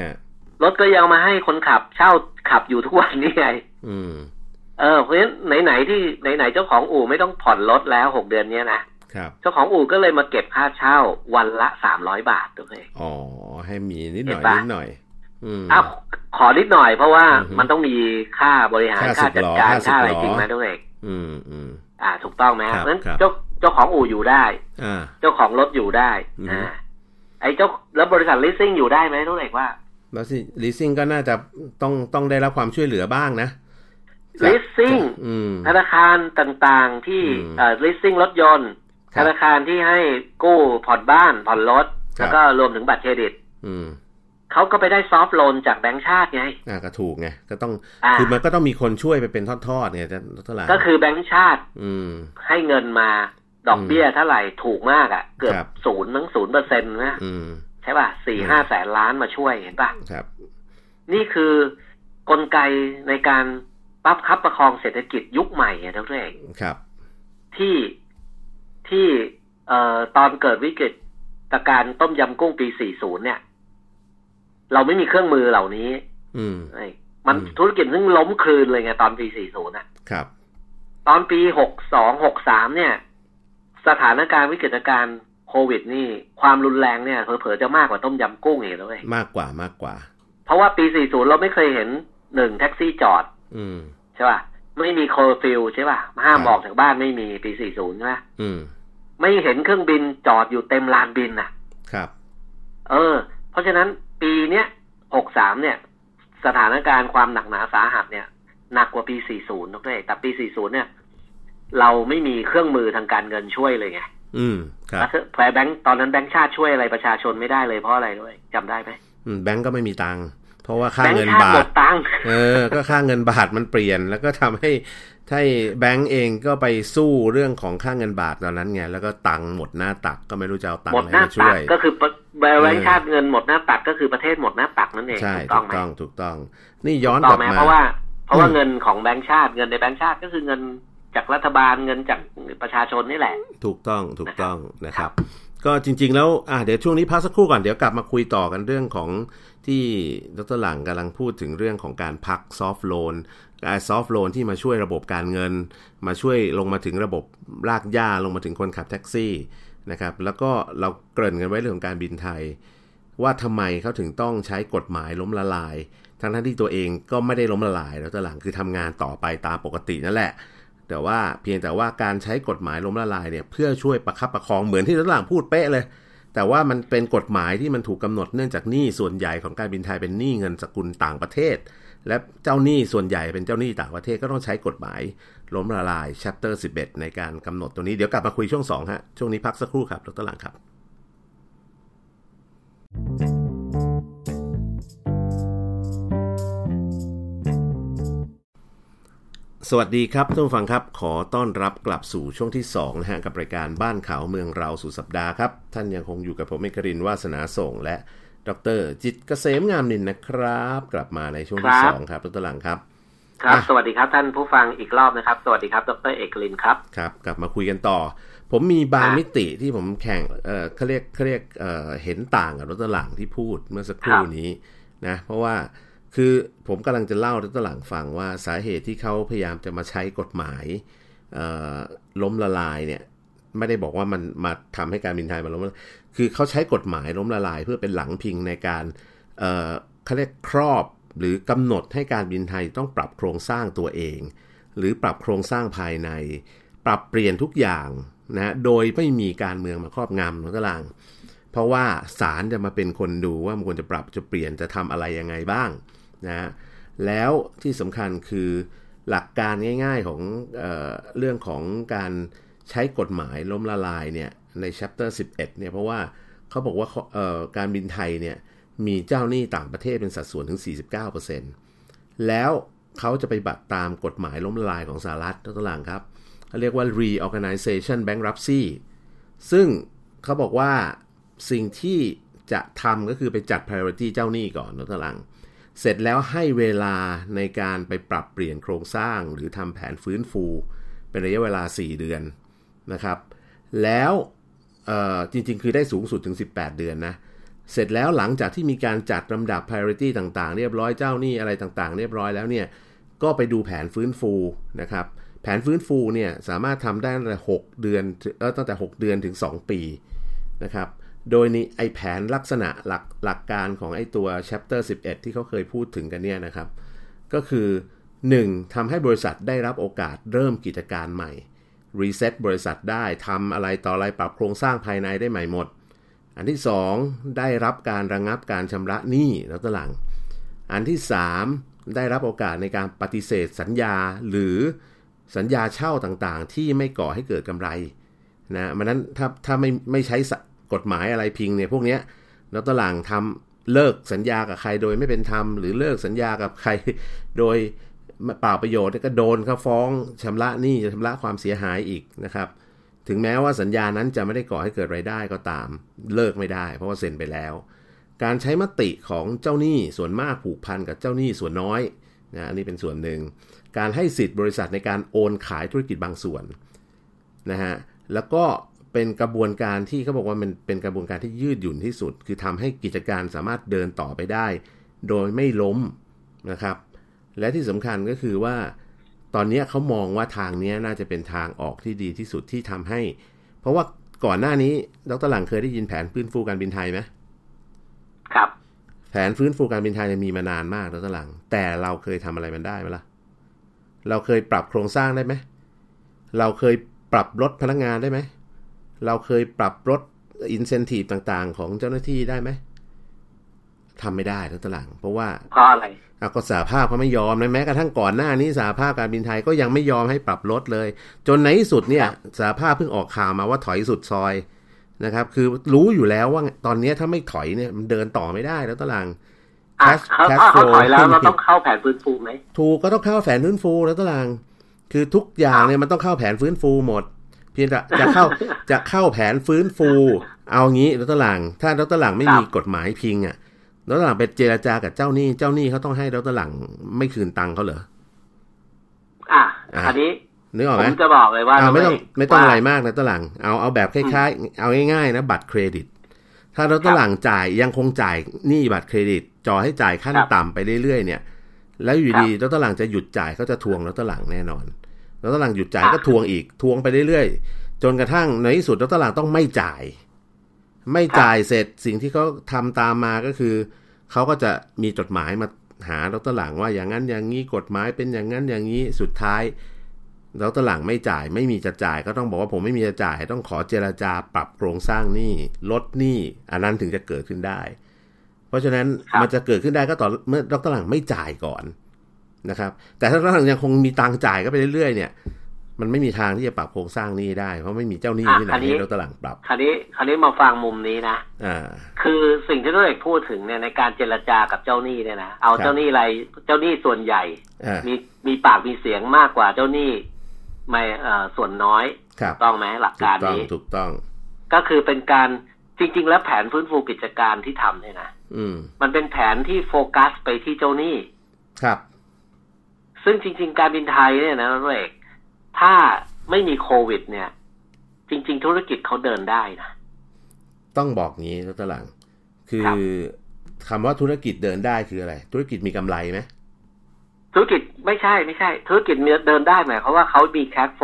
S1: ฮะ
S2: รถก็ยังมาให้คนขับเช่าขับอยู่ทุกวันนี่ไง
S1: อืม
S2: เออ เพราะฉะนั้นไหนๆที่ไหนๆเจ้าของอู่ไม่ต้องผ่อนรถแล้วหกเดือนเนี้ยนะ
S1: ครับ
S2: เจ้าของอู่ก็เลยมาเก็บค่าเช่าวันละสามร้อยบาทตัวเอง
S1: อ๋อ ให้มีนิดหน่อย
S2: เห็นปะ
S1: นิดหน่อย อืม
S2: อ้าวขอนิดหน่อยเพราะว่า
S1: อือฮึ
S2: มันต้องมีค่าบริหาร
S1: ค่า
S2: ค่า
S1: สิบ
S2: จัด
S1: ล้อ
S2: การ
S1: ค่าสิบ
S2: ค่าอะไร
S1: ล้อ
S2: จริงไหมตัวเอง
S1: อืมอืม
S2: อ่า ถูกต้องไหม
S1: ครับ
S2: เพราะฉะนั้น
S1: ครับ
S2: เจ้าเจ้าของอู่อยู่ได้
S1: อ่า
S2: เจ้าของรถอยู่ได้
S1: อือฮึ
S2: อ่าไอ้เจ้าแล้วบริษัท leasing อยู่ได้ไหมตัวเองว่า
S1: แล้วสิ leasing ก็น่าจะต้องต้องได้รับความช่วยเหลือบ้างนะ
S2: leasing
S1: อืม
S2: ธนาคารต่างๆที่
S1: อืม
S2: เอ่อ leasing รถยนต์
S1: ค
S2: ธ
S1: รับ
S2: นาคารที่ให้กู้ผ่อนบ้านผ่อนรถ
S1: ครับ
S2: แล้วก็รวมถึงบัตรเครดิต
S1: อืม
S2: เขาก็ไปได้ซอฟต์โลนจากแบงก์ชาติไง
S1: อ่าก็ถูกไง ก็ต้อง
S2: อ่า
S1: คือมันก็ต้องมีคนช่วยไปเป็นทอดๆไงจะเท่าไหร่
S2: ก็คือแบงก์ชาติ
S1: อืม
S2: ให้เงินมาดอกเบี้ยเท่าไหร่ถูกมากอะ่ะ เกือบ
S1: ครับ
S2: ศูนย์ทั้งศูนย์เปอร์เซ็นต์นะ
S1: อืม
S2: ใช่ป่ะสี่
S1: อืม
S2: ห้าแสนล้านมาช่วยเห็นป่ะ
S1: ครับ
S2: นี่คือกลไกในการปั๊บคับประคองเศรษฐกิจยุคใหม่อะท่านผู้ชม
S1: ครับ
S2: ที่ที่เอ่อตอนเกิดวิกฤตการณ์ต้มยำกุ้งปี 40 เนี่ย เราไม่มีเครื่องมือเหล่านี้
S1: อืม
S2: เอ้ยมัน
S1: อืม
S2: ธุรกิจซึ่งล้มคลืนเลยไงตอนปี 40 นะ
S1: ครับ
S2: ตอนปี 62 63 เนี่ย สถานการณ์วิกฤตการณ์โควิดนี่ ความรุนแรงเนี่ยเผลอๆจะมากกว่าต้มยำกุ้งอีกแล้วเว้ย
S1: มากกว่ามากกว่า
S2: เพราะว่าปี 40 เราไม่เคยเห็นหนึ่งแท็กซี่จอด
S1: อืม
S2: ใช่ป่ะ ไม่มีเคอร์ฟิวใช่ป่ะ ห้าม
S1: ครับ
S2: ออกจากบ้านไม่มีปี 40 ใช่ไหม
S1: อืม
S2: ไม่เห็นเครื่องบินจอดอยู่เต็มลานบินน่ะ
S1: ครับ
S2: เออ เพราะฉะนั้นปีเนี้ย 63 เนี่ย สถานการณ์ความหนักหนาสาหัสเนี่ย หนักกว่าปี 40นะเพื่อนแต่ปี 40 เนี่ย เราไม่มีเครื่องมือทางการเงินช่วยเลยไง
S1: อืม ครับ
S2: แล้วแพรแบงค์ตอนนั้นแบงค์ชาติช่วยอะไรประชาชนไม่ได้เลยเพราะอะไรด้วยจำได้ไหม
S1: อืม แบงก์ก็ไม่มีตังค์ เพราะว่าค่า
S2: แบง
S1: เงิ
S2: ค์
S1: น
S2: ชาติ
S1: บา
S2: ห
S1: ท
S2: มดตังค์
S1: เออ ก็ค่าเงินบาทมันเปลี่ยน แล้วก็ทำให้ให้แบงก์เองก็ไปสู้เรื่องของค่าเงินบาทตอนนั้นไง แล้วก็ตังค์หมดหน้าตักก็ไม่รู้จะเอาตัง
S2: หม
S1: ค์อะ
S2: ด
S1: ไร
S2: หน้า
S1: มาช่ว
S2: ตัก
S1: ย
S2: ก็คือประแบง
S1: เอ
S2: ค์
S1: อ
S2: ชาติเงินหมดหน้าตักก็คือประเทศหมดหน้าตักนั่นเอง
S1: ใช่
S2: ถูกต้
S1: ถู
S2: อ
S1: ก
S2: งไหม
S1: ต้อง ถูกต้อง นี่ย้อ
S2: ถู
S1: น
S2: ก
S1: ก
S2: ต้
S1: ลั
S2: อ
S1: บ
S2: งไหม
S1: มา
S2: เพราะว่า เพราะว่า
S1: อืม
S2: เงินของแบงค์ชาติเงินในแบงค์ชาติก็คือเงินจากรัฐบาลเงินจากประชาชนนี่แหละ
S1: ถูกต้องถูกต้องนะครับ ก็จริง ๆ แล้วอ่ะเดี๋ยวช่วงนี้พักสักครู่ก่อนเดี๋ยวกลับมาคุยต่อกันเรื่องของที่ดรหลังกำลังพูดถึงเรื่องของการพักซอฟท์โลนซอฟท์โลนที่มาช่วยระบบการเงิน มาช่วยลงมาถึงระบบรากหญ้าลงมาถึงคนขับแท็กซี่นะครับแล้วก็เราเกริ่นกันไว้เรื่องของการบินไทย ว่าทำไมเขาถึงต้องใช้กฎหมายล้มละลาย ทั้งๆที่ตัวเองก็ไม่ได้ล้มละลายแล้วตอนหลังคือทำงานต่อไปตามปกตินั่นแหละ แต่ว่าเพียงแต่ว่าการใช้กฎหมายล้มละลายเนี่ยเพื่อช่วยประคับประคองเหมือนที่รัฐหลังพูดเป๊ะเลย แต่ว่ามันเป็นกฎหมายที่มันถูกกำหนดเนื่องจากหนี้ส่วนใหญ่ของการบินไทยเป็นหนี้เงินสกุลต่างประเทศ และเจ้าหนี้ส่วนใหญ่เป็นเจ้าหนี้ต่างประเทศก็ต้องใช้กฎหมายล้มละลาย chapter 11 ในการกำหนดตัวนี้เดี๋ยวกลับมาคุยช่วงสองฮะช่วงนี้พักสักครู่ครับดรหลังครับ สวัสดีครับท่านผู้ฟังครับ ขอต้อนรับกลับสู่ช่วงที่2นะฮะกับรายการบ้านเขาเมืองเราสู่สัปดาห์ครับ ท่านยังคงอยู่กับผมเอกรินทร์วาสนาส่ง และดรจิตรเกษมงามนินนะครับ กลับมาในช่วงที่
S2: ครับ
S1: สองครับดรหลังครับ
S2: ครับ
S1: อ่ะ
S2: สวัสดีครับท่านผู้ฟังอีกรอบนะครับ สวัสดีครับดรเอกลินครับ
S1: ครับกลับมาคุยกันต่อ ผมมีบาง
S2: ครับ
S1: มิติที่ผมแข่งเออเขาเรียกเขาเรียกเออเห็นต่างกับรถตลังที่พูดเมื่อสักครู่
S2: ครับ
S1: นี้ นะเพราะว่าคือผมกำลังจะเล่าให้ตัวหลังฟังว่าสาเหตุที่เขาพยายามจะมาใช้กฎหมายเอ่อล้มละลายเนี่ยไม่ได้บอกว่ามันมาทำให้การบินไทยมาล้มละลายคือเขาใช้กฎหมายล้มละลาย เพื่อเป็นหลังพิงในการเอ่อเขาเรียกครอบหรือกำหนดให้การบินไทยต้องปรับโครงสร้างตัวเอง หรือปรับโครงสร้างภายใน ปรับเปลี่ยนทุกอย่างนะโดยไม่มีการเมืองมาครอบงำนะก็ลัง เพราะว่าศาลจะมาเป็นคนดูว่ามันควรจะปรับจะเปลี่ยนจะทำอะไรยังไงบ้างนะฮะแล้วที่สำคัญคือหลักการง่ายๆของเออเรื่องของการใช้กฎหมายล้มละลายเนี่ยใน chapter 11เนี่ยเพราะว่าเขาบอกว่าเขาเอ่อการบินไทยเนี่ยมีเจ้าหนี้ต่างประเทศเป็นสัดส่วนถึง 49%แล้วเขาจะไปบัติตามกฎหมายล้มละลายของสหรัฐตัวหลังครับเขาเรียกว่า reorganization bankruptcy ซึ่งเขาบอกว่าสิ่งที่จะทำก็คือไปจัด priority เจ้าหนี้ก่อนนตลัง เสร็จแล้วให้เวลาในการไปปรับเปลี่ยนโครงสร้างหรือทำแผนฟื้นฟู เป็นระยะเวลา 4 เดือนนะครับ แล้วเอ่อจริงๆ คือได้สูงสุดถึง 18 เดือนนะ เสร็จแล้วหลังจากที่มีการจัดลำดับ priority ต่างๆ เรียบร้อยเจ้าหนี้อะไรต่างๆ เรียบร้อยแล้วเนี่ย ก็ไปดูแผนฟื้นฟูนะครับ แผนฟื้นฟูเนี่ยสามารถทำได้ตั้งแต่หกเดือนถึงเอ่อตั้งแต่ 6 เดือนถึง 2 ปี นะครับ โดยนี้ไอแผนลักษณะหลักหลักการของไอตัว chapter 11 ที่เขาเคยพูดถึงกันเนี่ยนะครับ ก็คือ 1. ทำให้บริษัทได้รับโอกาสเริ่มกิจการใหม่ รีเซ็ตบริษัทได้ทำอะไรต่ออะไรปรับโครงสร้างภายในได้ใหม่หมด อันที่ 2 ได้รับการระงงับการชำระหนี้แล้วตหลัง อันที่ 3 ได้รับโอกาสในการปฏิเสธสัญญาหรือสัญญาเช่าต่างๆ ที่ไม่ก่อให้เกิดกำไร นะมันนั้นถ้าถ้าไม่ไม่ใช้สะกฎหมายอะไรพิงเนี่ยพวกเนี้ยแล้วตอนหลังทำเลิกสัญญากับใครโดยไม่เป็นธรรมหรือเลิกสัญญากับใคร โดยเปล่าประโยชน์เนี่ยก็โดนเขาฟ้องชำระหนี้ชำระความเสียหายอีกนะครับ ถึงแม้ว่าสัญญานั้นจะไม่ได้ก่อให้เกิดรายได้ก็ตาม เลิกไม่ได้ เพราะว่าเซ็นไปแล้ว การใช้มติของเจ้าหนี้ส่วนมากผูกพันกับเจ้าหนี้ส่วนน้อยนะอันนี้เป็นส่วนหนึ่ง การให้สิทธิ์บริษัทในการโอนขายธุรกิจบางส่วน นะฮะแล้วก็เป็นกระบวนการที่เขาบอกว่ามันเป็นกระบวนการที่ยืดหยุ่นที่สุด คือทำให้กิจการสามารถเดินต่อไปได้ โดยไม่ล้มนะครับ และที่สำคัญก็คือว่า ตอนเนี้ยเขามองว่าทางเนี้ยน่าจะเป็นทางออกที่ดีที่สุดที่ทำให้ เพราะว่าก่อนหน้านี้ดรหลังเคยได้ยินแผนฟื้นฟูการบินไทยไหม
S2: ครับ
S1: แผนฟื้นฟูการบินไทยเนี่ยมีมานานมากดรหลัง แต่เราเคยทำอะไรมันได้ไหมล่ะเราเคยปรับโครงสร้างได้ไหมเราเคยปรับลดพนักงานได้ไหม เราเคยปรับลดอินเซนティブต่างๆ ของเจ้าหน้าที่ได้ไหมทำไม่ได้ทั้งตลางเพราะว่า
S2: เพราะอะไร
S1: อ่ะก็สาภาพเขาไม่ยอมนะแม้กระทั่งก่อนหน้านี้สาภาพการบินไทยก็ยังไม่ยอมให้ปรับลดเลย จนในที่สุดเนี่ยสาภาพเพิ่งออกข่าวมาว่าถอยสุดซอยนะครับ คือรู้อยู่แล้วว่าตอนเนี้ยถ้าไม่ถอยเนี่ยมันเดินต่อไม่ได้แล้วตะลัง
S2: อ่ะ
S1: Cash-
S2: เขา
S1: cash
S2: เขาเขา
S1: flow
S2: ถอยแล้ว
S1: ขึ้น
S2: เราต้องเข้าแผนฟื้นฟูไหม
S1: ถูกก็ต้องเข้าแผนฟื้นฟูแล้วตาราง คือทุกอย่างเนี่ยมันต้องเข้าแผนฟื้นฟูหมด เพียงแต่จะเข้า จะเข้าแผนฟื้นฟู เอางี้แล้วตาราง ถ้าแล้วตารางไม่มี
S2: ครับ
S1: กฎหมายพิงอ่ะแล้วตารางไปเจรจากับเจ้าหนี้ เจ้าหนี้เขาต้องให้แล้วตารางไม่คืนตังค์เขาเหรอ
S2: อ่ะ
S1: อ่ะ
S2: อันนี้
S1: นึกออก
S2: ผ
S1: ไหม
S2: มจะบอกเลยว่า
S1: อ่าไม่ต้องไม่ต้อง
S2: ว่า
S1: อะไรมากนะตาราง เอาเอาแบบคล้ายๆ เอาง่ายๆนะบัตรเครดิต ถ้าเราตารางจ่ายยังคงจ่ายหนี้บัตรเครดิตจอให้จ่ายขั้น
S2: ครับ
S1: ต่ำไปเรื่อยๆเนี่ย แล้วอยู่ดีเราตารางจะหยุดจ่ายเขาจะทวงเราตารางแน่นอนเราตารางหยุดจ่าย
S2: อ่ะ
S1: ก็ทวงอีกทวงไปเรื่อยๆ จนกระทั่งในที่สุดเราตารางต้องไม่จ่าย ไม่จ่ายเสร็จสิ่งที่เขาทำตามมาก็คือเขาก็จะมีจดหมายมาหาเราตารางว่าอย่างนั้นอย่างนี้กฎหมายเป็นอย่างนั้นอย่างนี้สุดท้าย แล้วตอนหลังไม่จ่ายไม่มีจะจ่ายก็ต้องบอกว่าผมไม่มีจะจ่าย ต้องขอเจราจาปรับโครงสร้างหนี้ลดหนี้อันนั้นถึงจะเกิดขึ้นได้ เพราะฉะนั้น
S2: ครับ
S1: มันจะเกิดขึ้นได้ก็ต่อเมื่อดรหลังไม่จ่ายก่อนนะครับ แต่ถ้าดรหลังยังคงมีตังค์จ่ายก็ไปเรื่อยๆเนี่ย มันไม่มีทางที่จะปรับโครงสร้างหนี้ได้เพราะไม่มีเจ้าหนี้ที่ไหนให้ดรหลังปรับ
S2: คราวนี้คราวนี้มาฟังมุมนี้นะ
S1: อ่า
S2: คือสิ่งที่ด้วยพูดถึงเนี่ยในการเจรจากับเจ้าหนี้เนี่ยนะเอา
S1: ครับ
S2: เจ้าหนี้อะไรายเจ้าหนี้ส่วนใหญ่
S1: อ่า
S2: มีมีปากมีเสียงมากกว่าเจ้าหนี้ไม่เอ่อส่วนน้อย
S1: ครับ
S2: ต้องไหมหลัก
S1: ถู
S2: กาก ร
S1: ต้อง
S2: นี้
S1: ถูกต้อง
S2: ก็คือเป็นการจริง ๆ แล้วแผนฟื้นฟูกิจการที่ทำเนี่ยนะ
S1: อืม
S2: มันเป็นแผนที่โฟกัสไปที่เจ้าหนี้
S1: ครับ
S2: ซึ่งจริง ๆ การบินไทยเนี่ยนะเรกถ้าไม่มีโควิด เนี่ย จริง ๆ ธุรกิจเขาเดินได้นะ
S1: ต้องบอกงี้ดรหลัง คือ
S2: ครับ
S1: คำว่าธุรกิจเดินได้คืออะไร ธุรกิจมีกำไรไหม
S2: ธุรกิจไม่ใช่ไม่ใช่ ธุรกิจเดินได้หมายความว่าเขามีแคชโฟ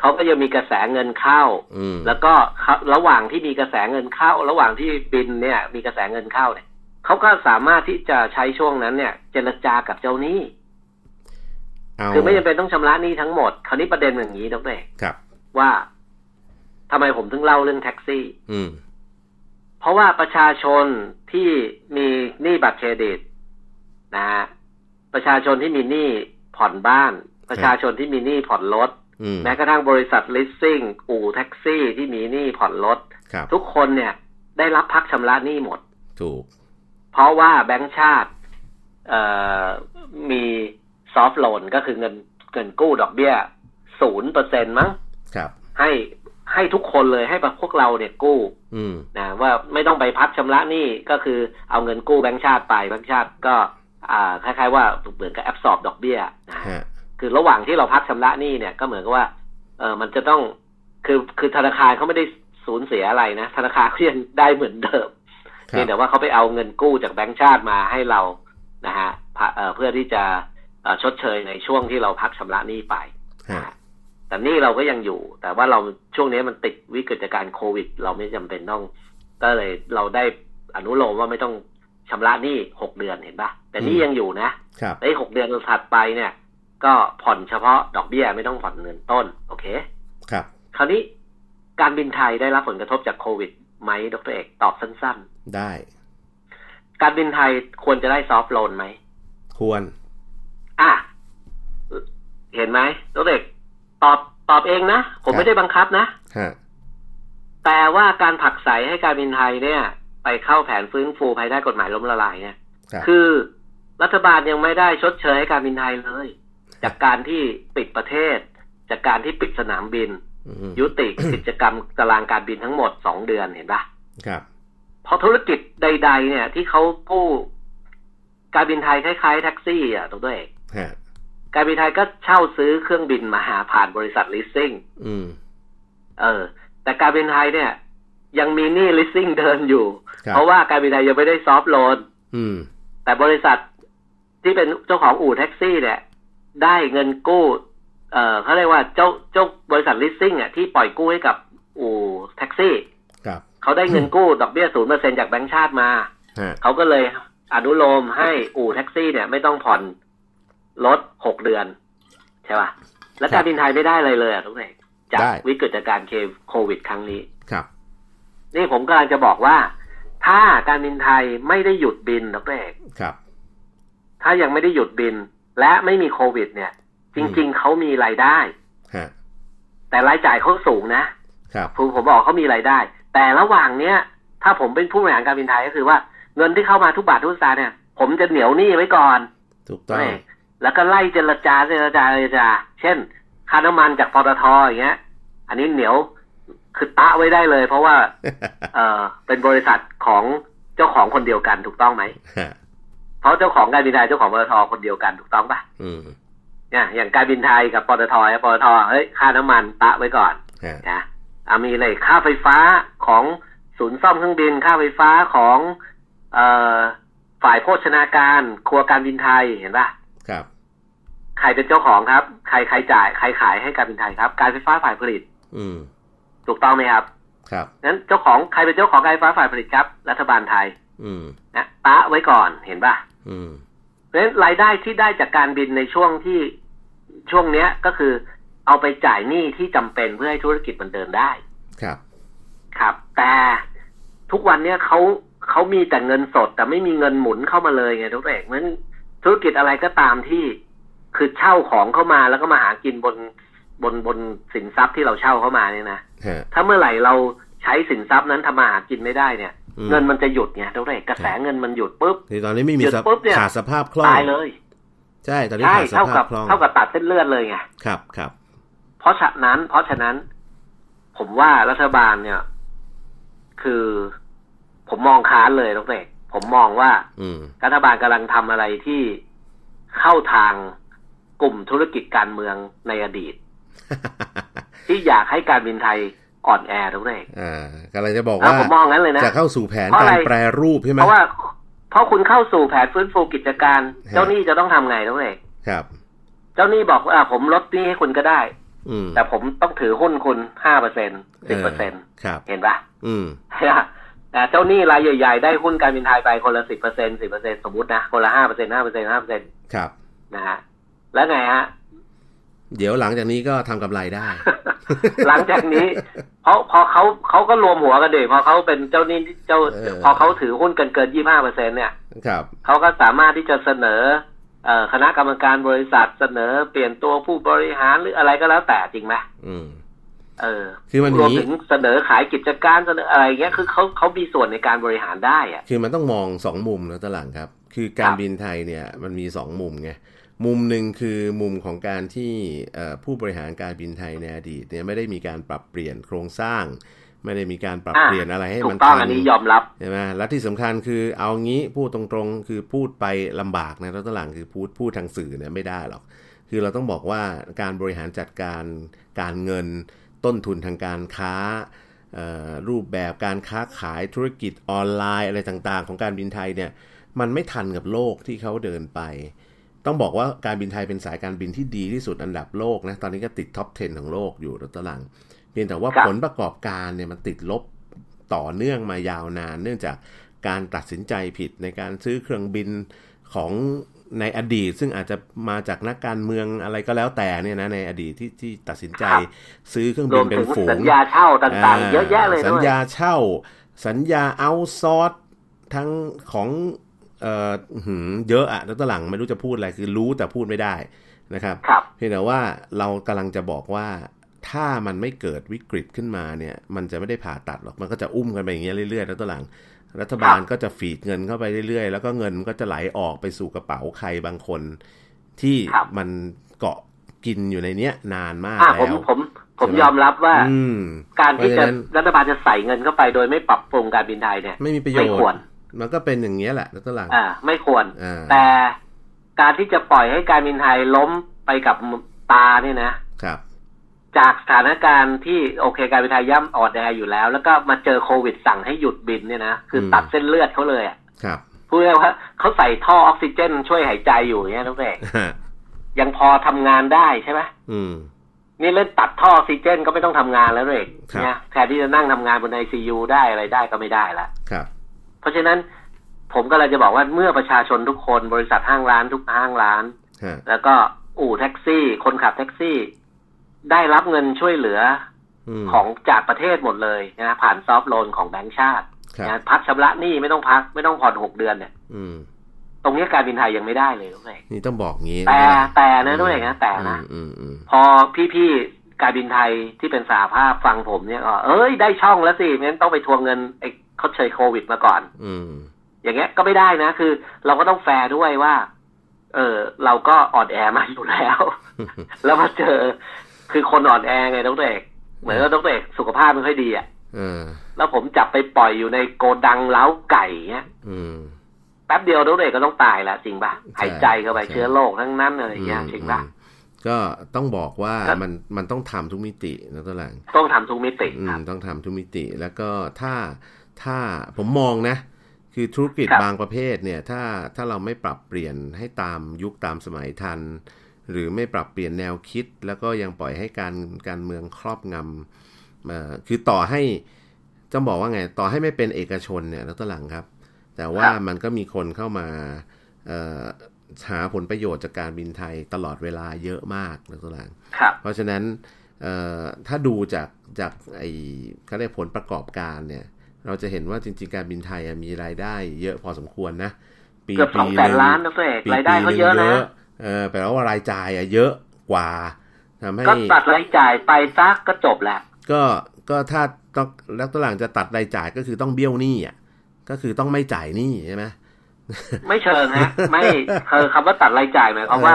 S2: เขาก็ยังมีกระแสเงินเข้า
S1: อืม
S2: แล้วก็เขาระหว่างที่มีกระแสเงินเข้า ระหว่างที่บินเนี่ย มีกระแสเงินเข้าเนี่ยเขาก็สามารถที่จะใช้ช่วงนั้นเนี่ย เจรจากับเจ้าหนี้
S1: เอา
S2: คือไม่จำเป็นต้องชำระหนี้ทั้งหมด คราวนี้ประเด็นเป็นอย่างนี้ดรเอก
S1: ครับ
S2: ว่าทำไมผมถึงเล่าเรื่องแท็กซี่
S1: อืม
S2: เพราะว่าประชาชนที่มีหนี้บัตรเครดิตนะฮะประชาชนที่มีหนี้ผ่อนบ้าน ประชาชนที่มีหนี้ผ่อนรถ
S1: อืม
S2: แม้กระทั่งบริษัทลิสซิ่งอู่แท็กซี่ที่มีหนี้ผ่อนรถ
S1: ครับ
S2: ทุกคนเนี่ยได้รับพักชำระหนี้หมด
S1: ถูก
S2: เพราะว่าแบงก์ชาติเอ่อมีซอฟท์โลนก็คือเงินเงินกู้ดอกเบี้ยศูนย์เปอร์เซ็นมั้ง
S1: ครับ
S2: ให้ให้ทุกคนเลยให้พวกเราเนี่ยกู้
S1: อืม
S2: นะว่าไม่ต้องไปพักชำระหนี้ก็คือเอาเงินกู้แบงก์ชาติไปแบงก์ชาติก็ อ่าคล้ายๆว่าเหมือนกับแอบสอบดอกเบี้ยนะ
S1: ฮะ
S2: คือระหว่างที่เราพักชำระหนี้เนี่ยก็เหมือนกับว่าเออมันจะต้องคือคือธนาคารเขาไม่ได้สูญเสียอะไรนะธนาคารเขายังได้เหมือนเดิม
S1: ครั
S2: เพีย
S1: บ
S2: งแต่ว่าเขาไปเอาเงินกู้จากแบงก์ชาติมาให้เรานะฮะพะเอ่อเพื่อที่จะเอ่อชดเชยในช่วงที่เราพักชำระหนี้ไป
S1: ฮะ
S2: แต่นี่เราก็ยังอยู่ แต่ว่าเราช่วงนี้มันติดวิกฤตการณ์โควิด เราไม่จำเป็นต้อง ก็เลยเราได้อนุโลมว่าไม่ต้องชำระหนี้หกเดือนเห็นปะแต่นี่
S1: อืม
S2: ยังอยู่นะครับ ไอ้หกเดือนถัดไปเนี่ย ก็ผ่อนเฉพาะดอกเบี้ยไม่ต้องผ่อนเงินต้น โอเค
S1: ครับ
S2: คราวนี้การบินไทยได้รับผลกระทบจากโควิดไหมดรเอกตอบสั้น
S1: ได้
S2: ๆ การบินไทยควรจะได้ซอฟท์โลนไหม
S1: ควร
S2: อ่ะเห็นไหมดรเอกตอบตอบเองนะผมไม่ได้บังคับนะ
S1: ฮะ
S2: แต่ว่าการผลักไสให้การบินไทยเนี่ย ไปเข้าแผนฟื้นฟูภายใต้กฎหมายล้มละลายเนี่ย
S1: ครับ
S2: คือรัฐบาลยังไม่ได้ชดเชยให้การบินไทยเลย จากการที่ปิดประเทศ จากการที่ปิดสนามบิน
S1: อืม
S2: ยุ ติกิจกรรมตารางการบินทั้งหมดสองเดือนเห็นปะ
S1: ครับ
S2: เพราะธุรกิจใด ๆ เนี่ย ที่เขากู้การบินไทยคล้ายๆแท็กซี่อ่ะตรงตัวเอง
S1: ฮะ
S2: การบินไทยก็เช่าซื้อเครื่องบินมาหาผ่านบริษัทลิสซิ่ง
S1: อืม
S2: เออ แต่การบินไทยเนี่ย ยังมีหนี้ลิสซิ่งเดินอยู่
S1: ครับ
S2: เพราะว่าการบินไทยยังไม่ได้ซอฟต์โลน
S1: อืม
S2: แต่บริษัทที่เป็นเจ้าของอู่แท็กซี่เนี่ย ได้เงินกู้ เออเขาเรียกว่าเจ้าเจ้าบริษัทลิสซิ่งอ่ะที่ปล่อยกู้ให้กับอู่แท็กซี่
S1: ครับ
S2: เขาได้เงินกู้ ดอกเบี้ยศูนย์เปอร์เซ็นจากแบงก์ชาติมา
S1: ฮะ
S2: เขาก็เลยอนุโลมให้อู่แท็กซี่เนี่ย ไม่ต้องผ่อนรถหกเดือน ใช่ป่ะแล้วการบินไทยไม่ได้อะไรเลยอ่ะทุกท่านจาก
S1: ได้
S2: วิกฤตการณ์เคโควิด ครั้งนี้
S1: ครับ
S2: นี่ผมกำลังจะบอกว่า ถ้าการบินไทยไม่ได้หยุดบินดรเอก
S1: ครับ
S2: ถ้ายังไม่ได้หยุดบิน และไม่มีโควิด เนี่ย จริง ๆเขามีรายได้
S1: ฮะ
S2: แต่รายจ่ายเขาสูงนะครับ ผมผมบอกเขามีรายได้ แต่ระหว่างเนี้ย ถ้าผมเป็นผู้บริหารการบินไทยก็คือว่าเงินที่เข้ามาทุกบาททุกสตางค์เนี่ย ผมจะเหนียวหนี้ไว้ก่อน
S1: ถูกต้อง
S2: เแล้วก็ไล่เจรจาเจรจาเจรจา เช่น ค่าน้ำมันจากปตทอย่างเงี้ย อันนี้เหนียวคือตะไว้ได้เลย เพราะว่า เอ่อเป็นบริษัทของเจ้าของคนเดียวกันถูกต้องไหม
S1: ฮะ
S2: เพราะเจ้าของการบินไทยเจ้าของปตทคนเดียวกันถูกต้องปะ
S1: อืม
S2: เนี่ยอย่างการบินไทยกับปตทปตทเฮ้ยค่าน้ำมันตะไว้ก่อน
S1: ฮะ
S2: นะอ่ะมีอะไรค่าไฟฟ้าของศูนย์ซ่อมเครื่องบิน ค่าไฟฟ้าของเอ่อฝ่ายโภชนาการ ครัวการบินไทยเห็นปะ
S1: ครับ
S2: ใครเป็นเจ้าของครับ ใครใครจ่ายใครขายให้การบินไทยครับ การไฟฟ้าฝ่ายผลิต
S1: อืม
S2: ถูกต้องไหมครับ
S1: ครับ
S2: นั้นเจ้าของใครเป็นเจ้าของการไฟฟ้าฝ่ายผลิตครับ รัฐบาลไทย
S1: อืม
S2: นะตะไว้ก่อนเห็นป่ะ
S1: อืม
S2: เพราะฉะนั้นรายได้ที่ได้จากการบินในช่วงที่ช่วงเนี้ยก็คือเอาไปจ่ายหนี้ที่จำเป็นเพื่อให้ธุรกิจมันเดินได้
S1: ครับ
S2: ครับ แต่ทุกวันเนี้ยเขาเขามีแต่เงินสด แต่ไม่มีเงินหมุนเข้ามาเลยไงทุกเอกเพราะฉะนั้นธุรกิจอะไรก็ตามที่คือเช่าของเข้ามาแล้วก็มาหากินบนบนบนสินทรัพย์ที่เราเช่าเข้ามาเนี่ยนะ
S1: ฮะ
S2: ถ้าเมื่อไหร่เราใช้สินทรัพย์นั้นทำมาหากินไม่ได้เนี่ย
S1: อื
S2: เงินมันจะหยุดไงทุกเอกกระแสเงินมันหยุดปุ๊บ
S1: คือตอนนี้ไม่มี
S2: หยุด
S1: สภาพ
S2: ปุ๊บเนี่ย
S1: ขาดสภาพคล่อง
S2: ตายเลย
S1: ใช่ ตอนนี้
S2: ใช่
S1: ขาดส
S2: เท่า
S1: ภา
S2: กั
S1: พ
S2: บ
S1: คล่อง
S2: เท่ากับตัดเส้นเลือดเลยไง
S1: ครับ ครับ
S2: เพราะฉะนั้น เพราะฉะนั้น ผมว่ารัฐบาลเนี่ย คือ ผมมองค้านเลยดรเอกผมมองว่า
S1: อืม
S2: รัฐบาลกำลังทำอะไรที่เข้าทางกลุ่มธุรกิจการเมืองในอดีต ที่อยากให้การบินไทยอ่อนแอดรเอก
S1: อ่ากำลังจะบอก
S2: แล้ว
S1: ว่า
S2: ผมมองงั้นเลยนะ
S1: จะเข้าสู่แผน
S2: เพราะ
S1: กา
S2: อะไร
S1: รแปรรูปใช่ไหม
S2: เพราะว่า เพราะคุณเข้าสู่แผนฟื้นฟูกิจการ เจ้าหนี้จะต้องทำไงน้องเอก
S1: ครับ
S2: เจ้าหนี้บอกว่าอ่ะผมลดหนี้ให้คุณก็ได้
S1: อืม
S2: แต่ผมต้องถือหุ้นคุณห้าเปอร์เซ็นสิบเปอร์เซ็น
S1: ครับ
S2: เห็นปะ
S1: อืม
S2: แต่เจ้าหนี้รายใหญ่ๆ ได้หุ้นการบินไทยไปคนละสิบเปอร์เซ็นสิบเปอร์เซ็นสมมตินะ คนละห้าเปอร์เซ็นห้าเปอร์เซ็นห้าเปอร์เซ็น
S1: ครับ
S2: นะฮะ แล้วไง ฮะ
S1: เดี๋ยวหลังจากนี้ก็ทำกำไรได้
S2: หลังจากนี้เพราะพอเขาเขาก็รวมหัวกันเด็พอเขาเป็นเจ้าหนี้ที่เจ้า
S1: เออ
S2: พอเขาถือหุ้นเกินเกินยี่ห้าเปอร์เซ็นเนี่ย
S1: ครับ
S2: เขาก็สามารถที่จะเสนอเอ่อคณะกรรมการบริษัทเสนอเปลี่ยนตัวผู้บริหารหรืออะไรก็แล้วแต่จริงไหม
S1: อืม
S2: เออ
S1: คือมัน
S2: รวม
S1: นี้
S2: ถึงเสนอขายกิจการเสนออะไรเงี้ยคือเขาเขามีส่วนในการบริหารได้อะ
S1: คือมันต้องมองสองมุมนะตะหลังครับ คือการ
S2: ครับ
S1: บินไทยเนี่ยมันมีสองมุมไง มุมหนึ่งคือมุมของการที่เอ่อผู้บริหารการบินไทยในอดีตเนี่ยไม่ได้มีการปรับเปลี่ยนโครงสร้าง ไม่ได้มีการปรับ
S2: อ่ะ
S1: เปลี่ยนอะไรให้
S2: ถู
S1: มั
S2: ก
S1: น
S2: ต้อง
S1: ทั
S2: อันนี้ยอมรับ
S1: ใช่ไหมและที่สำคัญคือเอางี้พูดตรงๆ คือพูดไปลำบากนะแล้วตะหลังคือพูดพูดทางสื่อเนี่ยไม่ได้หรอก คือเราต้องบอกว่าการบริหารจัดการการเงินต้นทุนทางการค้า เอ่อรูปแบบการค้าขายธุรกิจออนไลน์อะไรต่างๆ ของการบินไทยเนี่ยมันไม่ทันกับโลกที่เขาเดินไป ต้องบอกว่าการบินไทยเป็นสายการบินที่ดีที่สุดอันดับโลกนะตอนนี้ก็ติดท็อป 10 ของโลกอยู่ดรหลัง เพียงแต่ว่า
S2: ครับ
S1: ผลประกอบการเนี่ยมันติดลบต่อเนื่องมายาวนาน เนื่องจากการตัดสินใจผิดในการซื้อเครื่องบินของในอดีต ซึ่งอาจจะมาจากนักการเมืองอะไรก็แล้วแต่เนี่ยนะในอดีตที่ที่ตัดสินใจซื้อเครื่อง
S2: ร
S1: บิ
S2: วน ม
S1: เป็
S2: ถึ
S1: น
S2: ง
S1: ฝูง
S2: สัญญาเช่าต่าง
S1: อ่า
S2: ๆ เยอะแยะเลย
S1: สัญ
S2: ด้วย
S1: ญาเช่า สัญญาเอาซอสทั้งของเอ่อหืมเยอะอะแล้วตอนหลังไม่รู้จะพูดอะไรคือรู้แต่พูดไม่ได้นะครับ
S2: ครับ
S1: เพียงแต่ว่าเรากำลังจะบอกว่าถ้ามันไม่เกิดวิกฤตขึ้นมาเนี่ย มันจะไม่ได้ผ่าตัดหรอกมันก็จะอุ้มกันไปอย่างเงี้ยเรื่อยๆแล้วตอนหลัง รัฐบาลก็จะฝีดเงินเข้าไปเรื่อยๆ แล้วก็เงินมันก็จะไหลออกไปสู่กระเป๋าใครบางคน ที่
S2: ครับ
S1: มันเกาะกินอยู่ในเนี้ยนานมาก
S2: อ่ะ
S1: แล้
S2: ผม
S1: ว
S2: ผมผมยอมรับว่า
S1: อืม
S2: การที่
S1: เพราะฉะ
S2: จะ
S1: นั้น
S2: รัฐบาลจะใส่เงินเข้าไปโดยไม่ปรับปรุงการบินไทยเนี่ย
S1: ไม่มีประโยช
S2: ไม่
S1: น์
S2: ควร
S1: มันก็เป็นอย่างเงี้ยแหละแล้วตอนหลัง
S2: อ่า ไม่ควร
S1: อ่า
S2: แต่การที่จะปล่อยให้การบินไทยล้มไปกับตาเนี่ยนะ
S1: ครับ
S2: จากสถานการณ์ที่โอเคการบินไทยย่ำอ่อนแออยู่แล้ว แล้วก็มาเจอโควิดสั่งให้หยุดบินเนี่ยนะคืออ
S1: ม
S2: ตัดเส้นเลือดเขาเลยอ่ะ
S1: ครับ
S2: พูดง่ายๆว่าเขาใส่ท่อออกซิเจน ช่วยหายใจอยู่เนี่ยน้องเอกยังพอทำงานได้ใช่ไหม
S1: อืม
S2: นี่เล่นตัดท่อออกซิเจนก็ไม่ต้องทำงานแล้วเลย
S1: ครับ
S2: นะแทนที่จะนั่งทำงานบนไอซียูได้อะไรได้ก็ไม่ได้ละ
S1: ครับ
S2: เพราะฉะนั้นผมก็เลยจะบอกว่าเมื่อประชาชนทุกคนบริษัทห้างร้านทุกห้างร้าน
S1: ฮะ
S2: แล้วก็อู่แท็กซี่ คนขับแท็กซี่ ได้รับเงินช่วยเหลือ
S1: อืม
S2: ของจากประเทศหมดเลยนะผ่านซอฟต์โลนของแบงก์ชาติ
S1: ครับ
S2: นะพักชำระหนี้ไม่ต้องพักไม่ต้องผ่อนหกเดือนเนี่ย
S1: อืม
S2: ตรงนี้การบินไทยยังไม่ได้เลยน้องเอก
S1: นี่ต้องบอกงี้
S2: แต่แต่นะ
S1: ม
S2: ด้วยนะแต่นะ
S1: อืมอืม
S2: พอพี่ๆการบินไทยที่เป็นสาภาพฟังผมเนี่ยก็เอ้ยได้ช่องแล้วสิงั้นต้องไปทวงเงินไอ้เขาเชยโควิดมาก่อน
S1: อืม
S2: อย่างเงี้ยก็ไม่ได้นะ คือ เราก็ต้องแฟร์ด้วยว่า เออเราก็อ่อนแอมาอยู่แล้ว แล้วมาเจอ คือคนอ่อนแอไงดรเอกเหมือนว่าดรเอกสุขภาพไม่ค่อยดีอะ
S1: เออ
S2: แล้วผมจับไปปล่อยอยู่ในโกดังเล้าไก่เงี้ย
S1: อืม
S2: แป๊บเดียวดรเอกก็ต้องตายละจริงปะหายใจเข้าไป
S1: ใช่
S2: เชื้อโรคทั้งนั้นอะไรเงี้ย
S1: ม
S2: จริงปะ
S1: อืมก็ต้องบอกว่า
S2: ครับ
S1: มันมันต้องทำทุกมิตินะตัวหลัง
S2: ต้องทำทุกมิติ
S1: อื
S2: ครั
S1: ม
S2: บ
S1: ต้องทำทุกมิติแล้วก็ถ้าถ้าผมมองนะ คือธุรกิจ
S2: ครับ
S1: บางประเภทเนี่ยถ้าถ้าเราไม่ปรับเปลี่ยนให้ตามยุคตามสมัยทัน หรือไม่ปรับเปลี่ยนแนวคิด แล้วก็ยังปล่อยให้การการเมืองครอบงำเอ่อคือต่อให้ต้องบอกว่าไง ต่อให้ไม่เป็นเอกชนเนี่ยแล้วตอนหลังครับ แต่ว่า
S2: ครับ
S1: มันก็มีคนเข้ามาเอ่อหาผลประโยชน์จากการบินไทยตลอดเวลาเยอะมากแล้วตอนหลัง
S2: ครับ
S1: เพราะฉะนั้นเอ่อถ้าดูจากจากไอ้เขาเรียกผลประกอบการเนี่ย เราจะเห็นว่าจริง ๆ การบินไทยอะมีรายได้เยอะพอสมควรนะ ปี
S2: เกือบสองแสน
S1: ห
S2: ล้านนะตัวเอกรายได้เขาเยอะนะ
S1: เออแปลว่ารายจ่ายอะเยอะกว่าทำให้
S2: ก็ตัดรายจ่ายไปซักก็จบแห ละ
S1: ก็ก็ถ้าต้องแล้วตัวหลังจะตัดรายจ่ายก็คือต้องเบี้ยวหนี้อ่ะก็คือต้องไม่จ่ายหนี้ใช่ไหม
S2: ไม่เชิงฮะ ไม่คือคำว่าตัดรายจ่ายหมายความว่า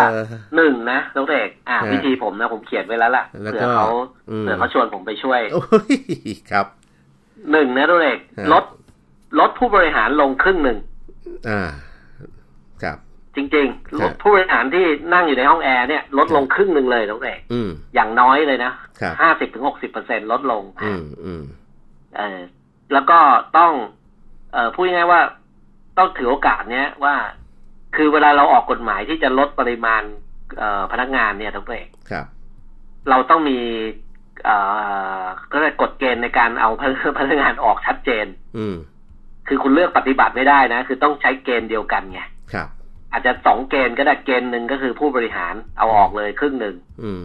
S2: หนึ่งนะน้องเอกอ่ะ
S1: ฮะ
S2: วิธีผมนะผมเขียนไว้แล้วล่ะ
S1: แล้ว
S2: เผื่
S1: ก็
S2: อเขา
S1: อืม
S2: เผื่อเขาชวนผมไปช่วย
S1: โอ้ยครับ
S2: หนึ่งนะน้องเอก
S1: ฮะ
S2: ลดลดผู้บริหารลงครึ่งหนึ่ง
S1: อ่าครับ
S2: จริงๆลดผู้บริหารที่นั่งอยู่ในห้องแอร์เนี่ยลดลงครึ่งหนึ่งเลยน้องเอก
S1: อืม
S2: อย่างน้อยเลยนะครับ ห้าสิบถึงหกสิบเปอร์เซ็นลดลง
S1: อืมอืม
S2: เออแล้วก็ต้อง เอ่อพูดง่ายๆว่า ต้องถือโอกาสเนี้ยว่า คือเวลาเราออกกฎหมายที่จะลดปริมาณเอ่อพนักงานเนี่ยทั้งเอก
S1: ครับ
S2: เราต้องมีเอ่อก็เลยกฎเกณฑ์ในการ เอาพนักพนักงานออกชัดเจน
S1: อืม
S2: คือคุณเลือกปฏิบัติไม่ได้นะ คือต้องใช้เกณฑ์เดียวกันไง
S1: ครับ
S2: อาจจะสองเกณฑ์ก็ได้เกณฑ์หนึ่งก็คือผู้บริหารเอาออกเลยครึ่งหนึ่ง
S1: อืม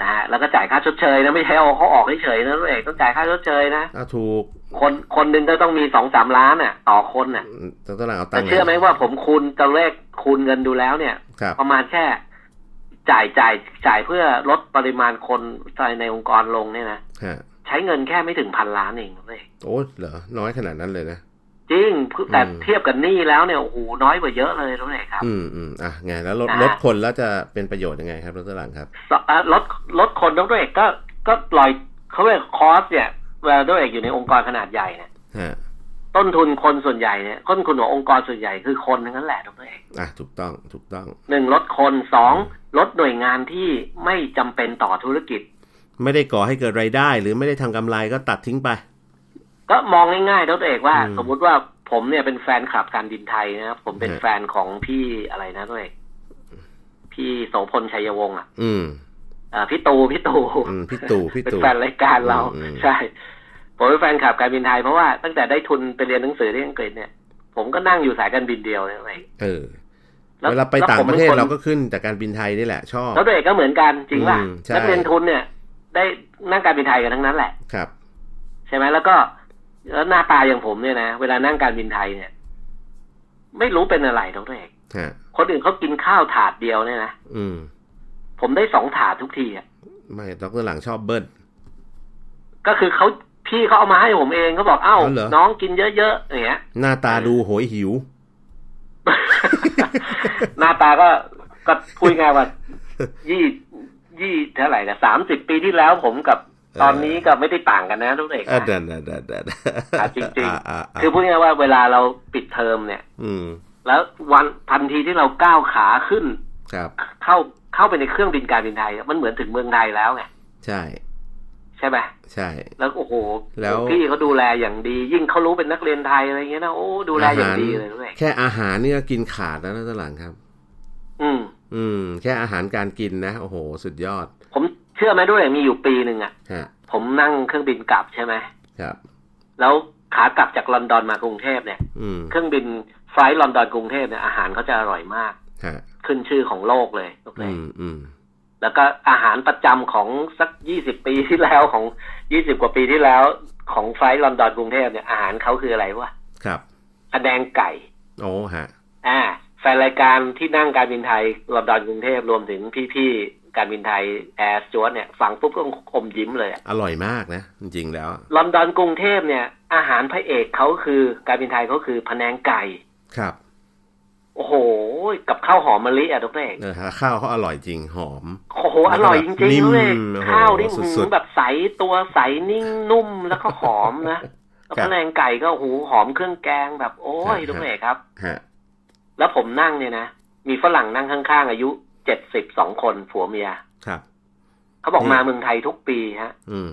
S2: นะฮะแล้วก็จ่ายค่าชดเชยนะไม่ใช่เอาเขาออกเฉยๆนะตัวเอกต้องจ่ายค่าชดเชยนะ
S1: อ่ะถูก
S2: คนคนหนึ่งก็ต้องมีสองสามล้านอ่ะ ต่อคนอ่ะ
S1: แต่ต้นหลังเอาตัง
S2: แต่
S1: ค์
S2: เชื่อไหมว่าผมคูณตัวเลขคูณเงินดูแล้วเนี่ย
S1: ครับ
S2: ประมาณแค่ จ่ายจ่ายจ่ายเพื่อลดปริมาณคนในองค์กรลงเนี่ยนะ
S1: ฮะ
S2: ใช้เงินแค่ไม่ถึงพันล้านเองเลย
S1: โอ้เหรอน้อยขนาดนั้นเลยนะ
S2: จริงแต่
S1: อืม
S2: เทียบกับหนี้แล้วเนี่ยโอ้โหน้อยกว่าเยอะเลยรู้ไหมครับ
S1: อืมอืมอ่ะไงแล้วลด
S2: อ่า
S1: ลดคนแล้วจะเป็นประโยชน์ยังไงครับรถตลังครับ
S2: สอ่ะลดลดคนดรเอกก็ก็ลอยเขาเรียกคอสเนี่ยเวลาดรเอกอยู่ในองค์กรขนาดใหญ่เนี่ย
S1: ฮะ
S2: ต้นทุนคนส่วนใหญ่เนี่ยต้นทุนขององค์กรส่วนใหญ่คือคนทั้งนั้นแหละดรเอก
S1: อ่ะถูกต้องถูกต้อง
S2: หนึ่งลดคนสองลดหน่วยงานที่ไม่จำเป็นต่อธุรกิจ
S1: ไม่ได้ก่อให้เกิดรายได้ หรือไม่ได้ทำกำไรก็ตัดทิ้งไป
S2: ก็มองง่ายๆดรเอกว่า
S1: อืม
S2: สมมุติว่าผมเนี่ยเป็นแฟนคลับการบินไทยนะครับผมเป็น
S1: ฮะ
S2: แฟนของพี่อะไรนะดรเอกพี่โสพลชัยวงศ์อ่ะ
S1: อืม
S2: เอ่อพี่ตูพี่ตู
S1: อืมพี่ตู่พี่
S2: เป็น
S1: ตู่
S2: แฟนรายการเรา
S1: อืม
S2: ใช่ ผมเป็นแฟนคลับการบินไทยเพราะว่าตั้งแต่ได้ทุนไปเรียนหนังสือที่อังกฤษเนี่ย ผมก็นั่งอยู่สายการบินเดียวนะดรเอก
S1: เออ
S2: แล้
S1: เวลาไปต่างประเทศ
S2: แล้
S1: เรา
S2: วผม
S1: ก็ขึ้นจากการบินไทยนี่แหละ ชอบ
S2: แล้วตัวเอกก็เหมือนกันจริงป่ะ
S1: อืมใช่
S2: นักเรียนทุนเนี่ย ได้นั่งการบินไทยกันทั้งนั้นแหละ
S1: ครับ
S2: ใช่ไหมแล้วก็แล้วหน้าตาอย่างผมเนี่ยนะเวลานั่งการบินไทยเนี่ย ไม่รู้เป็นอะไรดรเอก
S1: ฮะ
S2: คนอื่นเขากินข้าวถาดเดียวเนี่ยนะ
S1: อืม
S2: ผมได้สองถาดทุกทีอ่ะ
S1: ไม่ดรหลังชอบเบิ้ล
S2: ก็คือเขาพี่เขาเอามาให้ผมเองเขาบอกเอ้า
S1: อ๋อเหรอ
S2: น้องกินเยอะๆอย่างเงี้ย
S1: หน้าตาดูโหยหิว
S2: หน้าตาก็ก็พูดง่ายว่ายี่ยี่เท่าไหร่นะสามสิบปีที่แล้วผมกับตอนนี้ก็ไม่ได้ต่างกันนะดรเอก
S1: อ่ะ
S2: นะ
S1: เดนเดนเดนเดน
S2: อ่ะจริงๆ
S1: อ่ะะะ
S2: คือพูดง่ายว่าเวลาเราปิดเทอมเนี่ย
S1: อืม
S2: แล้ววันทันทีที่เราก้าวขาขึ้น
S1: ครับ
S2: เข้าเข้าไปในเครื่องบินการบินไทย มันเหมือนถึงเมืองไทยแล้วไง
S1: ใช่
S2: ใช่ไหม
S1: ใช่
S2: แล้วโอ้โห
S1: แล้ว
S2: พี่เขาดูแลอย่างดี ยิ่งเขารู้เป็นนักเรียนไทยอะไรเงี้ยนะโอ้ดูแลอย่างดีเลยด้วย
S1: แค่อาหารเนี่ยก็กินขาดแล้วนะตอนหลังครับ
S2: อืม
S1: อืม แค่อาหารการกินนะ โอ้โห สุดยอด
S2: ผมเชื่อไหมด้วยมีอยู่ปีหนึ่งอ่ะ
S1: ฮะ
S2: ผมนั่งเครื่องบินกลับใช่ไหม
S1: ครับ
S2: แล้วขากลับจากลอนดอนมากรุงเทพเนี่ย
S1: อืม
S2: เครื่องบินไฟล์ลอนดอนกรุงเทพเนี่ยอาหารเขาจะอร่อยมาก
S1: ฮะ
S2: ขึ้นชื่อของโลกเลยโอเค
S1: อืม อืม
S2: แล้วก็อาหารประจำของสักยี่สิบปีที่แล้วของยี่สิบกว่าปีที่แล้ว ของไฟล์ลอนดอนกรุงเทพเนี่ยอาหารเขาคืออะไรวะ
S1: ครับ
S2: อแดงไก่
S1: โอ้ฮะ
S2: อ่า แฟนรายการที่นั่งการบินไทยลอนดอนกรุงเทพรวมถึงพี่ๆ การบินไทยแอร์สจวตเนี่ย ฟังปุ๊บก็อมยิ้มเลยอะ
S1: อร่อยมากนะ จริงๆแล้ว
S2: ลอนดอนกรุงเทพเนี่ย อาหารพระเอกเขาคือการบินไทยเขาคือพะแนงไก่
S1: ครับ
S2: โอ้โห กับข้าวหอมมะลิอ่ะทุกเอก
S1: เออข้าวเขาอร่อยจริง หอม
S2: โอ้โห อร่อยจริง
S1: นิ่
S2: ๆ
S1: ม
S2: เลย
S1: โอ้โห
S2: ข้าวนี่
S1: สุ
S2: หื
S1: ดๆ
S2: มแบบใสตัวใสนิ่งนุ่มแล้วก็หอมนะแล้ว
S1: ครับ
S2: พะแนงไก่ก็โอ้โหูหอมเครื่องแกงแบบโอ้ย
S1: ครับ
S2: ทุกเอกครับ
S1: ฮะ
S2: แล้วผมนั่งเนี่ยนะ มีฝรั่งนั่งข้างๆ อายุเจ็ดสิบสองคนผัวเมีย
S1: ครับ
S2: เขาบอก
S1: อืม
S2: มาเมืองไทยทุกปีฮะ
S1: อืม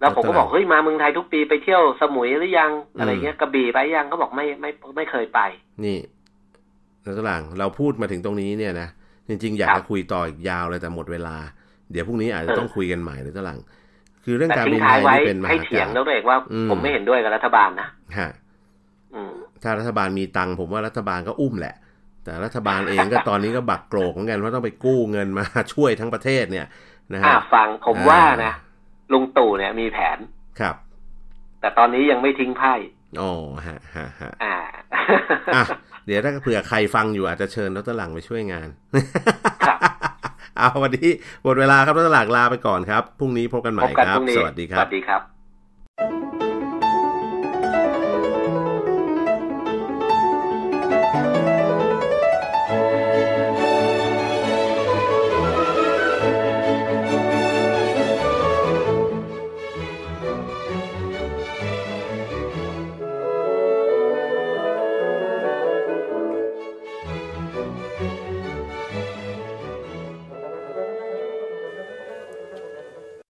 S2: แล้วผมก็บอกเฮ้ยมาเมืองไทยทุกปีไปเที่ยวสมุยหรือยัง
S1: อืม
S2: อะไรเงี้ยกระบี่ไปยังเขาบอกไม่ไม่ไม่เคยไป
S1: นี่แล้วตอนหลังเราพูดมาถึงตรงนี้เนี่ยนะ จริง ๆ อยาก
S2: ครับ
S1: จะคุยต่ออีกยาวเลยแต่หมดเวลา เดี๋ยวพรุ่งนี้อาจจะ
S2: เออ
S1: ต้องคุยกันใหม่เลยตอนหลัง คือเรื่อง
S2: แต่
S1: การบิ
S2: ทิ้ง
S1: นไท
S2: ท้าย
S1: ย
S2: ไว้
S1: นี่เป็นม
S2: ให้
S1: หาก
S2: เถีย
S1: รง รม
S2: แล้วตัวเองว่า
S1: อืม
S2: ผมไม่เห็นด้วยกับรัฐบาลนะ
S1: ฮะ
S2: อืม
S1: ถ้ารัฐบาลมีตังค์ผมว่ารัฐบาลก็อุ้มแหละ แต่รัฐบาลเองก็ ตอนนี้ก็บักโกรกเหมือนกันเพราะต้องไปกู้เงินมา ช่วยทั้งประเทศเนี่ยนะ
S2: อ่า
S1: ฮะ
S2: ฟังผม
S1: อ่า
S2: ว่านะลุงตู่เนี่ยมีแผน
S1: ครับ
S2: แต่ตอนนี้ยังไม่ทิ้งไพ่
S1: อ๋อฮะฮะฮะ
S2: อ่า
S1: อ่ะเดี๋ยวถ้าเผื่อใครฟังอยู่อาจจะเชิญดรหลังไปช่วยงาน
S2: ครับ
S1: เอาวันนี้หมดเวลาครับดรหลังลาไปก่อนครับพรุ่งนี้พบกันใหม่
S2: พบกัน
S1: ครั
S2: พ
S1: บ
S2: รุ่งนี้
S1: สวัสดีค
S2: ส
S1: รับ
S2: วัสดีครับ